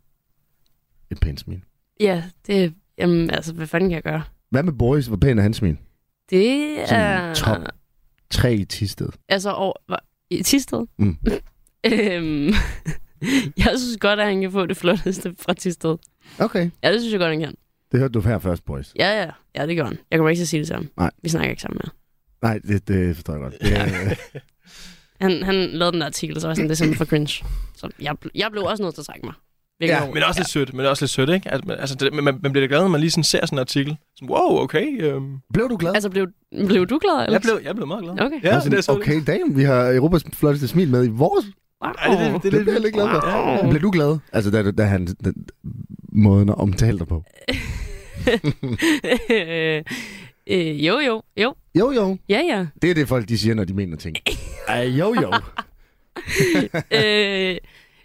[SPEAKER 3] et pænt smil.
[SPEAKER 5] Ja, det... Jamen, altså, hvad fanden kan jeg gøre?
[SPEAKER 3] Hvad med Boris? Hvor pæn er hans smil?
[SPEAKER 5] Det
[SPEAKER 3] Sådan
[SPEAKER 5] er...
[SPEAKER 3] top. Tre i Tisted.
[SPEAKER 5] Altså, over, var, i Tisted?
[SPEAKER 3] Mm.
[SPEAKER 5] øhm, jeg synes godt, at han kan få det flotteste fra Tisted.
[SPEAKER 3] Okay.
[SPEAKER 5] Ja, det synes jeg godt, han kan.
[SPEAKER 3] Det hørte du her først, Boris.
[SPEAKER 5] Ja, ja. Ja, det gør han. Jeg kommer ikke til at sige det sammen.
[SPEAKER 3] Nej.
[SPEAKER 5] Vi snakker ikke sammen mere.
[SPEAKER 3] Nej, det, det forstår jeg godt. Det, øh, er-
[SPEAKER 5] Han, han lavede den der artikel, så var jeg sådan, det er simpelthen for cringe. Så jeg, ble- jeg blev også nødt til at trække mig. Virkelig
[SPEAKER 3] Ja,
[SPEAKER 5] over.
[SPEAKER 4] Men også lidt sødt, men også lidt sødt, ikke? At, man- altså, det, man, man bliver da glad, når man lige sådan ser sådan en artikel. Sådan, wow, okay. Øhm,
[SPEAKER 3] blev du glad?
[SPEAKER 5] Altså, blev, blev du glad? Alex?
[SPEAKER 4] jeg, blev, jeg blev meget glad.
[SPEAKER 5] Okay.
[SPEAKER 3] Jeg
[SPEAKER 4] Ja,
[SPEAKER 3] var
[SPEAKER 4] det er sødt.
[SPEAKER 3] sådan, okay, damn, vi har Europas flotteste smil med i vores.
[SPEAKER 5] Wow.
[SPEAKER 4] Ej, det, det, det,
[SPEAKER 3] Det
[SPEAKER 4] det,
[SPEAKER 3] blev jeg lidt glad for.
[SPEAKER 5] Wow.
[SPEAKER 3] Blev du glad? Altså, da, da han... Da, måden at omtale dig på.
[SPEAKER 5] øh, øh, jo, jo, jo.
[SPEAKER 3] Jo, jo.
[SPEAKER 5] Ja, ja.
[SPEAKER 3] Det er det, folk de siger, når de mener ting. Ej, jo, jo.
[SPEAKER 5] øh,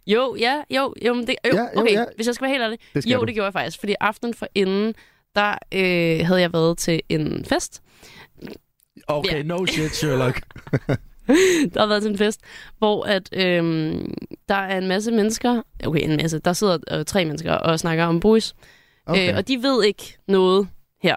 [SPEAKER 5] Jo, ja, jo, jo, men det, jo,
[SPEAKER 3] Ja, jo,
[SPEAKER 5] okay,
[SPEAKER 3] ja.
[SPEAKER 5] hvis jeg skal være helt ærlig.
[SPEAKER 3] Det skal
[SPEAKER 5] jo,
[SPEAKER 3] du.
[SPEAKER 5] det gjorde jeg faktisk, fordi aftenen for inden, der øh, havde jeg været til en fest.
[SPEAKER 4] Okay,
[SPEAKER 5] Ja.
[SPEAKER 4] no shit, Sherlock.
[SPEAKER 5] Der har været til en fest, hvor at, øh, der er en masse mennesker, okay, en masse, der sidder øh, tre mennesker og snakker om boys,
[SPEAKER 3] Okay.
[SPEAKER 5] øh, og de ved ikke noget her,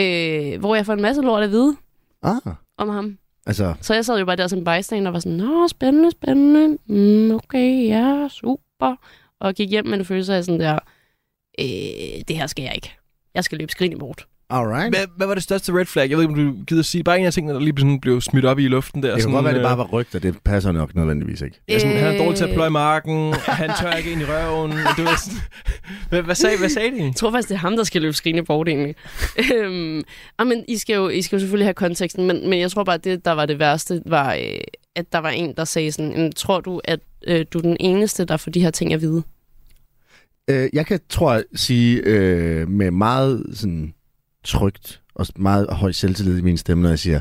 [SPEAKER 5] øh, hvor jeg får en masse lort at vide
[SPEAKER 3] Ah,
[SPEAKER 5] om ham.
[SPEAKER 3] altså,
[SPEAKER 5] Så jeg sad jo bare der som bystander og var sådan, nå, spændende, spændende, mm, okay, ja, super. Og gik hjem med en følelse af sådan der, øh, det her skal jeg ikke. Jeg skal løbe skrin i bort.
[SPEAKER 3] alright.
[SPEAKER 4] Hvad, hvad var det største red flag? Jeg ved ikke, om du gider at sige. Bare en af tingene, der lige sådan blev smidt op i luften der.
[SPEAKER 3] det kan
[SPEAKER 4] sådan,
[SPEAKER 3] godt være, det
[SPEAKER 4] øh,
[SPEAKER 3] bare var rygter. Det passer nok nødvendigvis ikke.
[SPEAKER 4] Ja, sådan, han er dårlig til at
[SPEAKER 5] Øh.
[SPEAKER 4] pløje marken, han tør ikke ind i røven. Du ved, sådan, hvad, hvad, sagde, hvad sagde de?
[SPEAKER 5] Jeg tror faktisk, det er ham, der skal løbe skrin i bort, egentlig. øhm, ah, men I skal, jo, I skal jo selvfølgelig have konteksten, men, men jeg tror bare, at det, der var det værste, var, øh, at der var en, der sagde sådan, "Jamen, tror du, at øh, du er den eneste, der får de her ting at vide?
[SPEAKER 3] Øh, jeg kan, tror jeg, sige øh, med meget sådan trygt og meget høj selvtillid i min stemme, når jeg siger,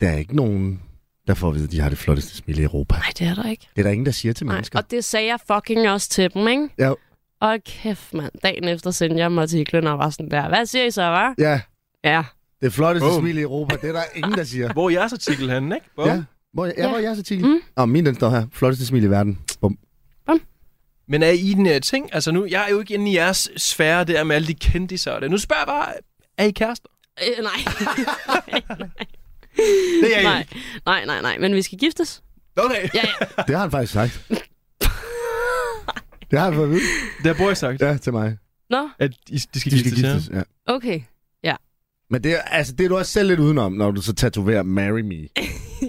[SPEAKER 3] der er ikke nogen, der får at vide, at de har det flotteste smil i Europa.
[SPEAKER 5] Nej, det er der ikke.
[SPEAKER 3] Det er der ingen, der siger til mennesker.
[SPEAKER 5] og det sagde jeg fucking også til dem, ikke?
[SPEAKER 3] Jo.
[SPEAKER 5] Og kæft, mand. Dagen efter sendte jeg mig til artiklen og var sådan der, hvad siger I så, hva'?
[SPEAKER 3] Ja,
[SPEAKER 5] Ja.
[SPEAKER 3] det flotteste
[SPEAKER 4] Boom.
[SPEAKER 3] smil i Europa, det er der ingen, der siger.
[SPEAKER 4] Hvor er jeres artikel henne, ikke? Bum.
[SPEAKER 3] Ja. Hvor, ja,
[SPEAKER 5] Ja.
[SPEAKER 3] hvor er jeres artikel?
[SPEAKER 5] Mm.
[SPEAKER 3] Mm. Oh, min den står her. Flotteste smil i verden. Bum.
[SPEAKER 4] Men er I den uh, ting? Altså nu, jeg er jo ikke inde i jeres sfære der med alle de kendtiser og det. Nu spørger jeg bare, er I kærester?
[SPEAKER 5] Øh, nej.
[SPEAKER 4] Det er I
[SPEAKER 5] nej. nej, nej, nej. Men vi skal giftes.
[SPEAKER 4] Okay.
[SPEAKER 5] Ja, ja.
[SPEAKER 3] Det har han faktisk sagt. det har han fået at vide.
[SPEAKER 4] Det har Boris sagt,
[SPEAKER 3] Ja, til mig.
[SPEAKER 5] Nå,
[SPEAKER 4] at I, de skal
[SPEAKER 3] De skal
[SPEAKER 4] giftes. ja.
[SPEAKER 3] giftes. Ja.
[SPEAKER 5] okay.
[SPEAKER 3] Men det er, altså, det er du også selv lidt udenom, når du så tatoverer Marry Me.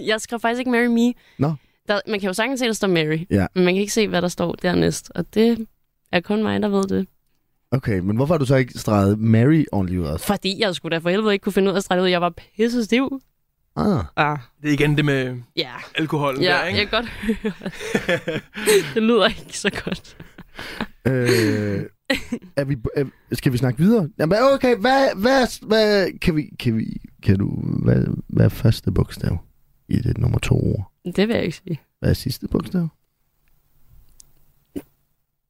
[SPEAKER 5] Jeg skrev faktisk ikke Marry Me.
[SPEAKER 3] Nå.
[SPEAKER 5] Der, man kan jo sagtens se, der står Mary.
[SPEAKER 3] Ja.
[SPEAKER 5] Men man kan ikke se, hvad der står dernæst. Og det er kun mig, der ved det.
[SPEAKER 3] Okay, men hvorfor har du så ikke streget Marry on livet?
[SPEAKER 5] Fordi jeg skulle da for helvede ikke kunne finde ud af at strege ud. Jeg var pisse stiv.
[SPEAKER 3] Ah.
[SPEAKER 5] Ah,
[SPEAKER 4] Det er igen det med
[SPEAKER 5] ja.
[SPEAKER 4] alkoholen
[SPEAKER 5] Ja,
[SPEAKER 4] der,
[SPEAKER 5] jeg
[SPEAKER 4] ikke?
[SPEAKER 5] kan godt høre. det lyder ikke så godt.
[SPEAKER 3] Øh, er vi, er, skal vi snakke videre? Jamen, okay, hvad, hvad, hvad kan vi, kan vi, kan du, hvad, hvad er første bogstav i det nummer to ord?
[SPEAKER 5] Det vil jeg ikke sige.
[SPEAKER 3] Hvad er sidste bogstav?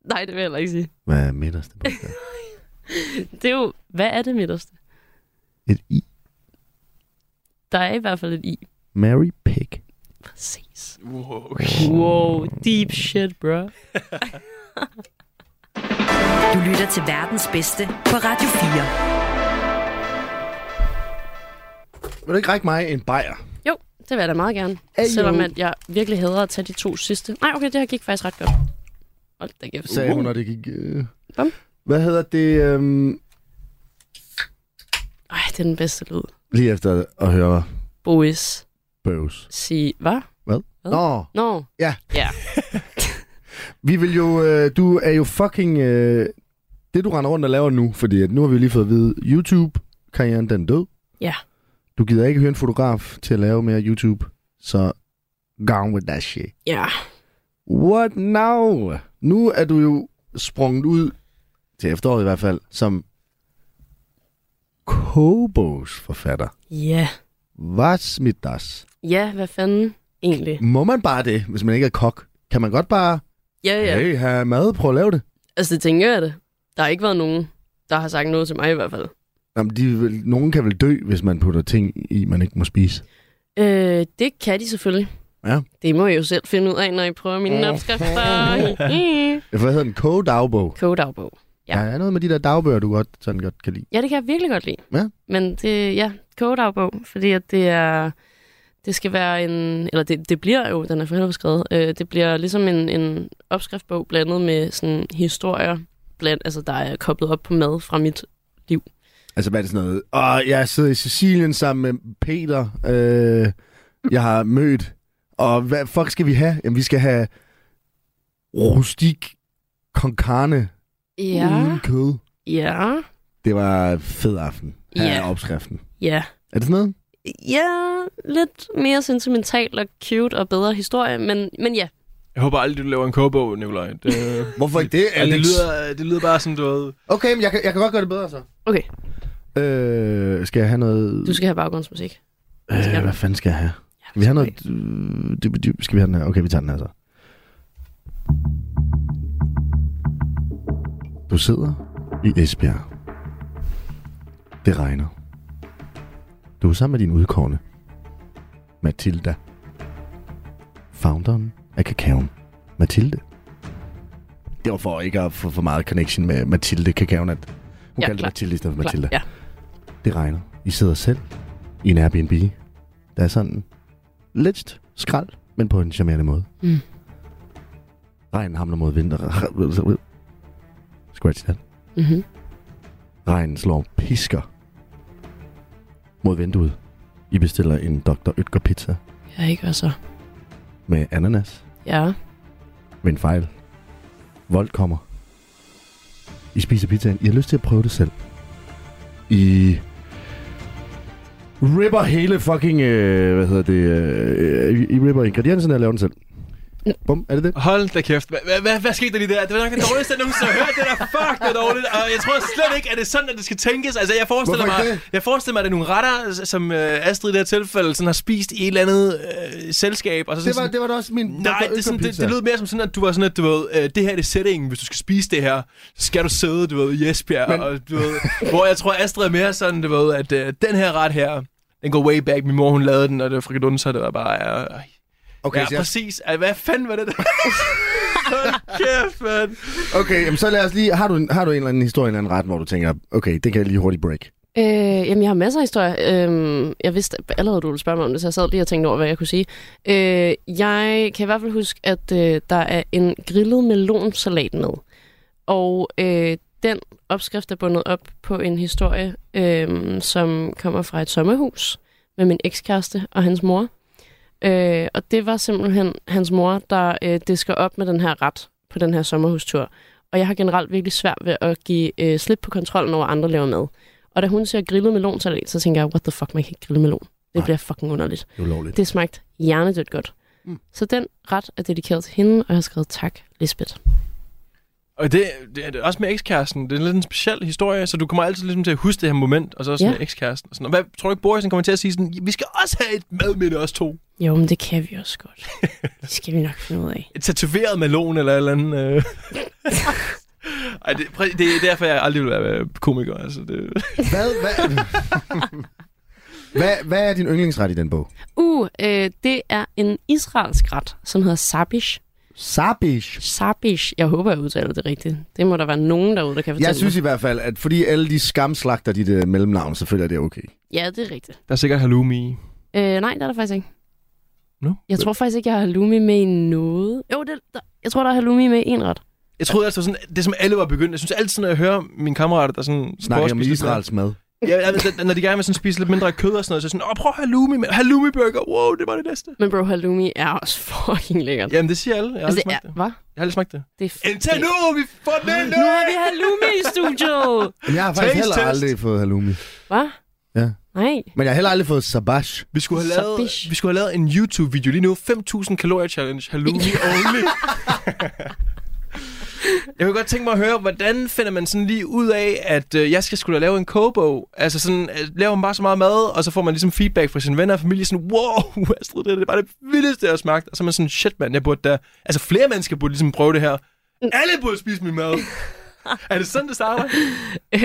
[SPEAKER 5] Nej, det vil jeg heller ikke sige.
[SPEAKER 3] Hvad er midterste bogstav?
[SPEAKER 5] Det er jo, hvad er det midterste?
[SPEAKER 3] Et i.
[SPEAKER 5] Der er i hvert fald et i.
[SPEAKER 3] Mary Pig.
[SPEAKER 5] Præcis.
[SPEAKER 4] Wow, okay.
[SPEAKER 5] Wow, deep shit, bro.
[SPEAKER 2] Du lytter til verdens bedste på Radio 4.
[SPEAKER 3] Vil du ikke række mig en bajer?
[SPEAKER 5] Jo, det vil jeg da meget gerne.
[SPEAKER 3] Ayo.
[SPEAKER 5] Selvom at jeg virkelig hader at tage de to sidste. Nej, okay, det her gik faktisk ret godt. Hold da kæft. Uh.
[SPEAKER 3] Sagde hun, når det gik... Øh...
[SPEAKER 5] Kom.
[SPEAKER 3] Hvad hedder det? Øh...
[SPEAKER 5] Ej, det er den bedste lyd.
[SPEAKER 3] Lige efter at høre
[SPEAKER 5] Boris,
[SPEAKER 3] bøvs.
[SPEAKER 5] sig hvad? Hvad?
[SPEAKER 3] Nå,
[SPEAKER 5] Nå,
[SPEAKER 3] vi vil jo... Øh, du er jo fucking... Øh, det, du render rundt og laver nu, fordi at nu har vi jo lige fået at vide, YouTube-karrieren, den er død.
[SPEAKER 5] Ja.
[SPEAKER 3] Du gider ikke høre en fotograf til at lave mere YouTube, så gone with that shit.
[SPEAKER 5] ja.
[SPEAKER 3] What now? Nu er du jo sprunget ud, til efteråret i hvert fald, som Kobos forfatter.
[SPEAKER 5] Ja.
[SPEAKER 3] Was mit das?
[SPEAKER 5] Ja, hvad fanden egentlig?
[SPEAKER 3] Må man bare det, hvis man ikke er kok? Kan man godt bare,
[SPEAKER 5] Ja, ja.
[SPEAKER 3] hey, have mad, prøv at lave det?
[SPEAKER 5] Altså, det tænker jeg det. Der har ikke været nogen, der har sagt noget til mig i hvert fald.
[SPEAKER 3] Jamen, de vil, nogen kan vel dø, hvis man putter ting i, man ikke må spise.
[SPEAKER 5] Øh, det kan de selvfølgelig.
[SPEAKER 3] Ja.
[SPEAKER 5] Det må I jo selv finde ud af, når I prøver mine opskrifter.
[SPEAKER 3] Hvad hedder den? Kogedagbog.
[SPEAKER 5] Kogedagbog. Ja.
[SPEAKER 3] Ja. Der er noget med de der dagbøger, du godt, sådan godt kan lide.
[SPEAKER 5] Ja, det kan jeg virkelig godt lide.
[SPEAKER 3] Ja.
[SPEAKER 5] Men det, ja, kogedagbog, fordi at det er... Det skal være en... Eller det, det bliver jo, den er for helvede skrevet. Øh, det bliver ligesom en, en opskriftbog blandet med sådan historier, blandt, altså der er koblet op på mad fra mit...
[SPEAKER 3] Altså, hvad er det sådan noget? Åh, jeg sidder i Sicilien sammen med Peter, øh, jeg har mødt. Og hvad fuck skal vi have? Jamen, vi skal have rustik con carne uden kød.
[SPEAKER 5] Mm. Ja.
[SPEAKER 3] Det var en fed aften. Her
[SPEAKER 5] Ja.
[SPEAKER 3] er opskriften.
[SPEAKER 5] Ja.
[SPEAKER 3] Er det sådan noget?
[SPEAKER 5] Ja, lidt mere sentimental og cute og bedre historie, men, men ja.
[SPEAKER 4] Jeg håber aldrig, du laver en kogebog, Nikolaj. Det,
[SPEAKER 3] Hvorfor ikke det,
[SPEAKER 4] ja, det, lyder, det lyder bare sådan, du ved...
[SPEAKER 3] Okay, men jeg kan, jeg kan godt gøre det bedre så.
[SPEAKER 5] Okay,
[SPEAKER 3] Øh, skal jeg have noget...
[SPEAKER 5] du skal have baggrundsmusik.
[SPEAKER 3] Øh, hvad fanden skal jeg have? Skal vi have noget... øh, dyb- dyb- Skal vi have den her? Okay, vi tager den her så. Du sidder i Esbjerg. Det regner. Du er sammen med din udkårne. Matilda. Founderen af kakaoen. Matilde. Det var for ikke at få for meget connection med Matilde Kakaoen, at hun
[SPEAKER 5] Ja,
[SPEAKER 3] ja, kaldte klar.
[SPEAKER 5] klar.
[SPEAKER 3] Matilde i stedet for
[SPEAKER 5] Klart,
[SPEAKER 3] Matilda.
[SPEAKER 5] Ja.
[SPEAKER 3] Det regner. I sidder selv i en Airbnb. Der er sådan lidt skrald, men på en charmerende måde.
[SPEAKER 5] Mm.
[SPEAKER 3] Regnen hamler mod vinter. Scratch that.
[SPEAKER 5] Mm-hmm.
[SPEAKER 3] Regnen slår pisker mod vinduet. I bestiller en Dr. Ytger pizza
[SPEAKER 5] Ja, ikke også.
[SPEAKER 3] med ananas.
[SPEAKER 5] Ja.
[SPEAKER 3] Med en fejl. Vold kommer. I spiser pizzaen. I har lyst til at prøve det selv. I ripper hele fucking... Øh, hvad hedder det? Øh, I- I ripper ingredienserne og laver den selv. Bum, er det det?
[SPEAKER 4] Hold da kæft. Hva- hva- hva- Hvad skete der lige der? Det var nok det dårligste, jeg nogensinde har hørt. Det der fuck, det er dårligt. Og jeg tror slet ikke, at det er sådan, at det skal tænkes. Altså, jeg forestiller,
[SPEAKER 3] Hvorfor ikke
[SPEAKER 4] mig, jeg forestiller mig, at det er nogle retter, s- som øh, Astrid i det her tilfælde sådan har spist i et eller andet øh, selskab. Og så
[SPEAKER 3] Det var,
[SPEAKER 4] sådan,
[SPEAKER 3] det var da også min...
[SPEAKER 4] Nej, det, er sådan, det, det lød mere som sådan, at du var sådan, at du ved, øh, det her er det settingen, hvis du skal spise det her, så skal du sidde, du ved, i Esbjerg, Men... og du ved, hvor jeg tror, Astrid er mere sådan, du ved, at øh, den her ret her, den går way back, min mor hun lavede den, og det var frikadunser, det var bare, øh, okay, ja,
[SPEAKER 3] så jeg-
[SPEAKER 4] præcis, Ej, hvad fanden var det der? Hold kæft, mand.
[SPEAKER 3] Okay, jamen så lad os lige... Har du, en- har du en eller anden historie, en eller anden ret, hvor du tænker, okay, det kan jeg lige hurtigt break?
[SPEAKER 5] Øh, jamen, jeg har masser af historier. Øh, jeg vidste allerede, du ville spørge mig om det, så jeg sad lige og tænkte over, hvad jeg kunne sige. Øh, jeg kan i hvert fald huske, at øh, der er en grillet melonsalat med. Og øh, den opskrift er bundet op på en historie, øh, som kommer fra et sommerhus med min ekskæreste og hans mor. Øh, og det var simpelthen hans mor, der øh, disker op med den her ret på den her sommerhustur. Og jeg har generelt virkelig svært ved at give øh, slip på kontrollen over, hvad andre laver med. Og da hun ser grillet melonsalat, så tænker jeg, what the fuck, man kan ikke grille melon. Det
[SPEAKER 3] Nej.
[SPEAKER 5] bliver fucking underligt.
[SPEAKER 3] Det er ulovligt.
[SPEAKER 5] Det smagte hjernedødt godt.
[SPEAKER 3] Mm.
[SPEAKER 5] Mm. Så den ret er dedikeret til hende, og jeg har skrevet tak, Lisbeth.
[SPEAKER 4] Og det, det, det er også med ekskæresten, det er lidt en speciel historie, så du kommer altid ligesom til at huske det her moment, og så sådan
[SPEAKER 5] Ja.
[SPEAKER 4] ja. ekskæresten. Og sådan. Og hvad tror du ikke, Boris han kommer til at sige sådan, vi skal også have et madminde, os to?
[SPEAKER 5] Jo, men det kan vi også godt. Det skal vi nok finde ud af.
[SPEAKER 4] Et tatoveret melon eller et eller andet. Øh. Ej, det, præ- det er derfor, jeg aldrig vil være øh, komiker. Altså, det...
[SPEAKER 3] Hvad, hvad, hvad, hvad er din yndlingsret i den bog?
[SPEAKER 5] Uh, øh, det er en israelsk ret, som hedder sabish.
[SPEAKER 3] Sabish.
[SPEAKER 5] Sabish. Jeg håber, jeg udtaler det rigtigt. Det må der være nogen derude, der kan fortælle
[SPEAKER 3] Jeg synes
[SPEAKER 5] mig.
[SPEAKER 3] i hvert fald, at fordi alle de skamslagter dit uh, mellemnavn, så føler jeg, det er okay.
[SPEAKER 5] Ja, det er rigtigt.
[SPEAKER 4] Der er sikkert halloumi i.
[SPEAKER 5] Øh, nej, det er der faktisk ikke.
[SPEAKER 4] Nå.
[SPEAKER 5] Jeg tror faktisk ikke, jeg har halloumi med i noget. Jo, det, der, jeg tror, der er halloumi med i en ret.
[SPEAKER 4] Jeg troede altså, sådan, det er, som alle var begyndt. Jeg synes altid, når jeg hører mine kammerater, der sådan... prøver
[SPEAKER 3] Snakker
[SPEAKER 4] at
[SPEAKER 3] jeg om
[SPEAKER 4] spise lidt
[SPEAKER 3] Israels mad?
[SPEAKER 4] mere- Ja, altså, når de gerne vil sådan, spise lidt mindre kød og sådan noget, så er jeg sådan, åh, prøv halloumi, med halloumi burger, wow, det var det næste.
[SPEAKER 5] Men bro, halloumi er også fucking lækkert.
[SPEAKER 4] Jamen, det siger alle. Jeg har
[SPEAKER 5] altså,
[SPEAKER 4] aldrig
[SPEAKER 5] det
[SPEAKER 4] smagt
[SPEAKER 5] er,
[SPEAKER 4] det.
[SPEAKER 5] hvad?
[SPEAKER 4] Jeg har aldrig smagt det.
[SPEAKER 5] Det er
[SPEAKER 4] Indtil nu, vi får den
[SPEAKER 5] Nu har vi halloumi i studiet.
[SPEAKER 3] Jamen, Jeg har faktisk heller
[SPEAKER 4] Taste test.
[SPEAKER 3] aldrig fået halloumi.
[SPEAKER 5] Hvad?
[SPEAKER 3] Ja.
[SPEAKER 5] Nej.
[SPEAKER 3] Men jeg har heller aldrig fået sabash.
[SPEAKER 4] Vi skulle, have lavet,
[SPEAKER 5] Sabish.
[SPEAKER 4] vi skulle have lavet en YouTube-video lige nu. 5.000 kalorier challenge. Halloumi only. jeg kunne godt tænke mig at høre, hvordan finder man sådan lige ud af, at øh, jeg skal skulle lave en kogebog? Altså sådan, øh, laver man bare så meget mad, og så får man ligesom feedback fra sine venner og familie. Sådan, wow, Astrid, det, her, det er bare det vildeste, jeg har smagt. Og så er man sådan, shit mand, jeg burde da... Altså flere mennesker burde ligesom prøve det her. Alle burde spise min mad. er det sådan, det starter?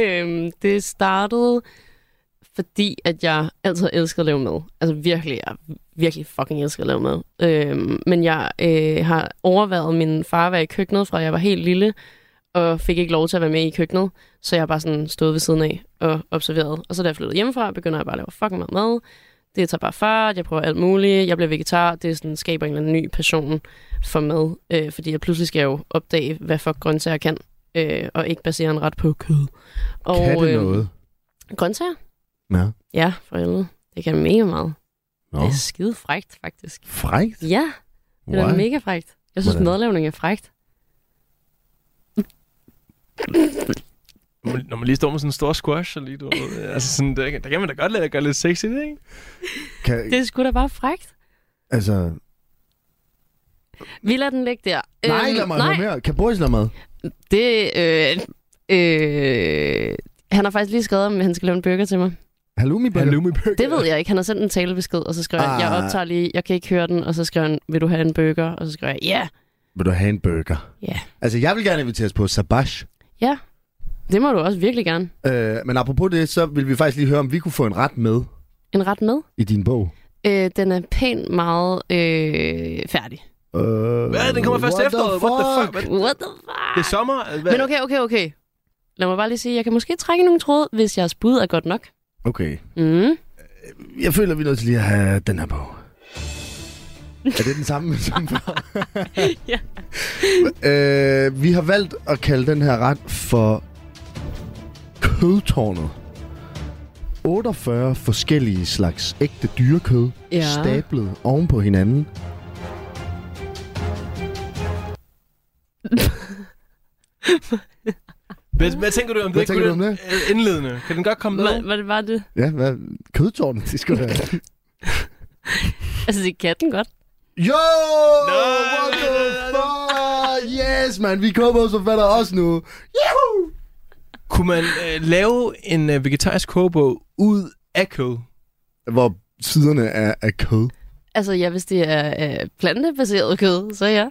[SPEAKER 5] Øhm, det startede, fordi at jeg altid har elsket at lave mad. Altså virkelig, jeg virkelig fucking elsker at lave mad. Øhm, men jeg øh, har overvejet min far være i køkkenet, fra jeg var helt lille, og fik ikke lov til at være med i køkkenet. Så jeg har bare sådan stået ved siden af og observeret. Og så da jeg flyttede hjemmefra, begynder jeg bare at lave fucking meget mad. Det tager bare fart, jeg prøver alt muligt, jeg bliver vegetar, det sådan, skaber en eller anden ny passion for mad, øh, fordi jeg pludselig skal jeg jo opdage, hvad fuck grøntsager kan, øh, og ikke basere en ret på kød. Og, øhm,
[SPEAKER 3] kan det
[SPEAKER 4] øhm,
[SPEAKER 3] noget?
[SPEAKER 5] Grøntsager?
[SPEAKER 3] Ja.
[SPEAKER 5] Ja, for helvede. Det kan mega meget.
[SPEAKER 3] Nå.
[SPEAKER 5] Det er skide frægt, faktisk.
[SPEAKER 3] Frækt?
[SPEAKER 5] Ja, det er da
[SPEAKER 3] Why?
[SPEAKER 5] mega frægt. Jeg synes,
[SPEAKER 3] Hvordan?
[SPEAKER 5] madlavning er frægt.
[SPEAKER 4] Når man- Når man lige står med sådan en stor squash, og lige, du, ved, altså sådan, der, der kan man da godt lade at gøre lidt sexy, det, ikke?
[SPEAKER 3] Kan,
[SPEAKER 5] Øh. Det er sgu da bare frægt.
[SPEAKER 3] altså,
[SPEAKER 4] Øhm,
[SPEAKER 5] Vi lader den ligge der. Øhm,
[SPEAKER 3] nej, lad mig høre
[SPEAKER 5] nej,
[SPEAKER 3] mere. Kan Boris lade mad?
[SPEAKER 5] det... Øh, øh, han har faktisk lige skrevet, om han skal lave en burger til mig.
[SPEAKER 3] Halloumi burger?
[SPEAKER 4] Halloumi burger.
[SPEAKER 5] Det ved jeg ikke. Han har sendt en talebesked, og så skrev han, jeg
[SPEAKER 3] Ah.
[SPEAKER 5] optager lige, jeg kan ikke høre den, og så skrev han, vil du have en burger? Og så skrev jeg, ja.
[SPEAKER 3] Vil du have en burger?
[SPEAKER 5] Ja.
[SPEAKER 3] Altså, jeg vil gerne inviteres på sabash.
[SPEAKER 5] Ja, Det må du også virkelig gerne.
[SPEAKER 3] Øh, men apropos det, så vil vi faktisk lige høre, om vi kunne få en ret med
[SPEAKER 5] En ret med.
[SPEAKER 3] i din bog.
[SPEAKER 5] Øh, den er pænt meget øh, færdig.
[SPEAKER 3] Øh,
[SPEAKER 4] Hvad? Den kommer først
[SPEAKER 3] what
[SPEAKER 4] efteråret. What the fuck? Hvad?
[SPEAKER 5] What the fuck?
[SPEAKER 4] Det er sommer. øh, Hvad?
[SPEAKER 5] Men okay, okay, okay. Lad mig bare lige sige, jeg kan måske trække nogle tråde, hvis jeres bud er godt nok.
[SPEAKER 3] Okay.
[SPEAKER 5] Mm.
[SPEAKER 3] Jeg føler, vi er nødt til lige at have den her bog. Er det den samme som før?
[SPEAKER 5] Ja.
[SPEAKER 3] øh, vi har valgt at kalde den her ret for kødtårnet. 48 forskellige slags ægte dyrekød,
[SPEAKER 5] Ja.
[SPEAKER 3] ja. stablet oven på hinanden.
[SPEAKER 4] Hvad, hvad tænker du om
[SPEAKER 3] Hvad
[SPEAKER 4] det?
[SPEAKER 3] tænker
[SPEAKER 4] Kunne
[SPEAKER 3] du om
[SPEAKER 4] den- øh, Indledende. Kan den godt komme
[SPEAKER 5] Hvad,
[SPEAKER 4] med?
[SPEAKER 5] hvad det var det?
[SPEAKER 3] Ja, hvad? Kødtårnet, det skulle være.
[SPEAKER 5] Altså, det kan den godt.
[SPEAKER 3] Yo! What
[SPEAKER 4] nej,
[SPEAKER 3] the fuck? Yes, man. Vi kommer som fatter også nu. Yahoo!
[SPEAKER 4] Kunne man øh, lave en øh, vegetarisk kogebog ud af kød?
[SPEAKER 3] Hvor siderne er, er kød.
[SPEAKER 5] Altså, ja, hvis det er øh, plantebaseret kød, så ja.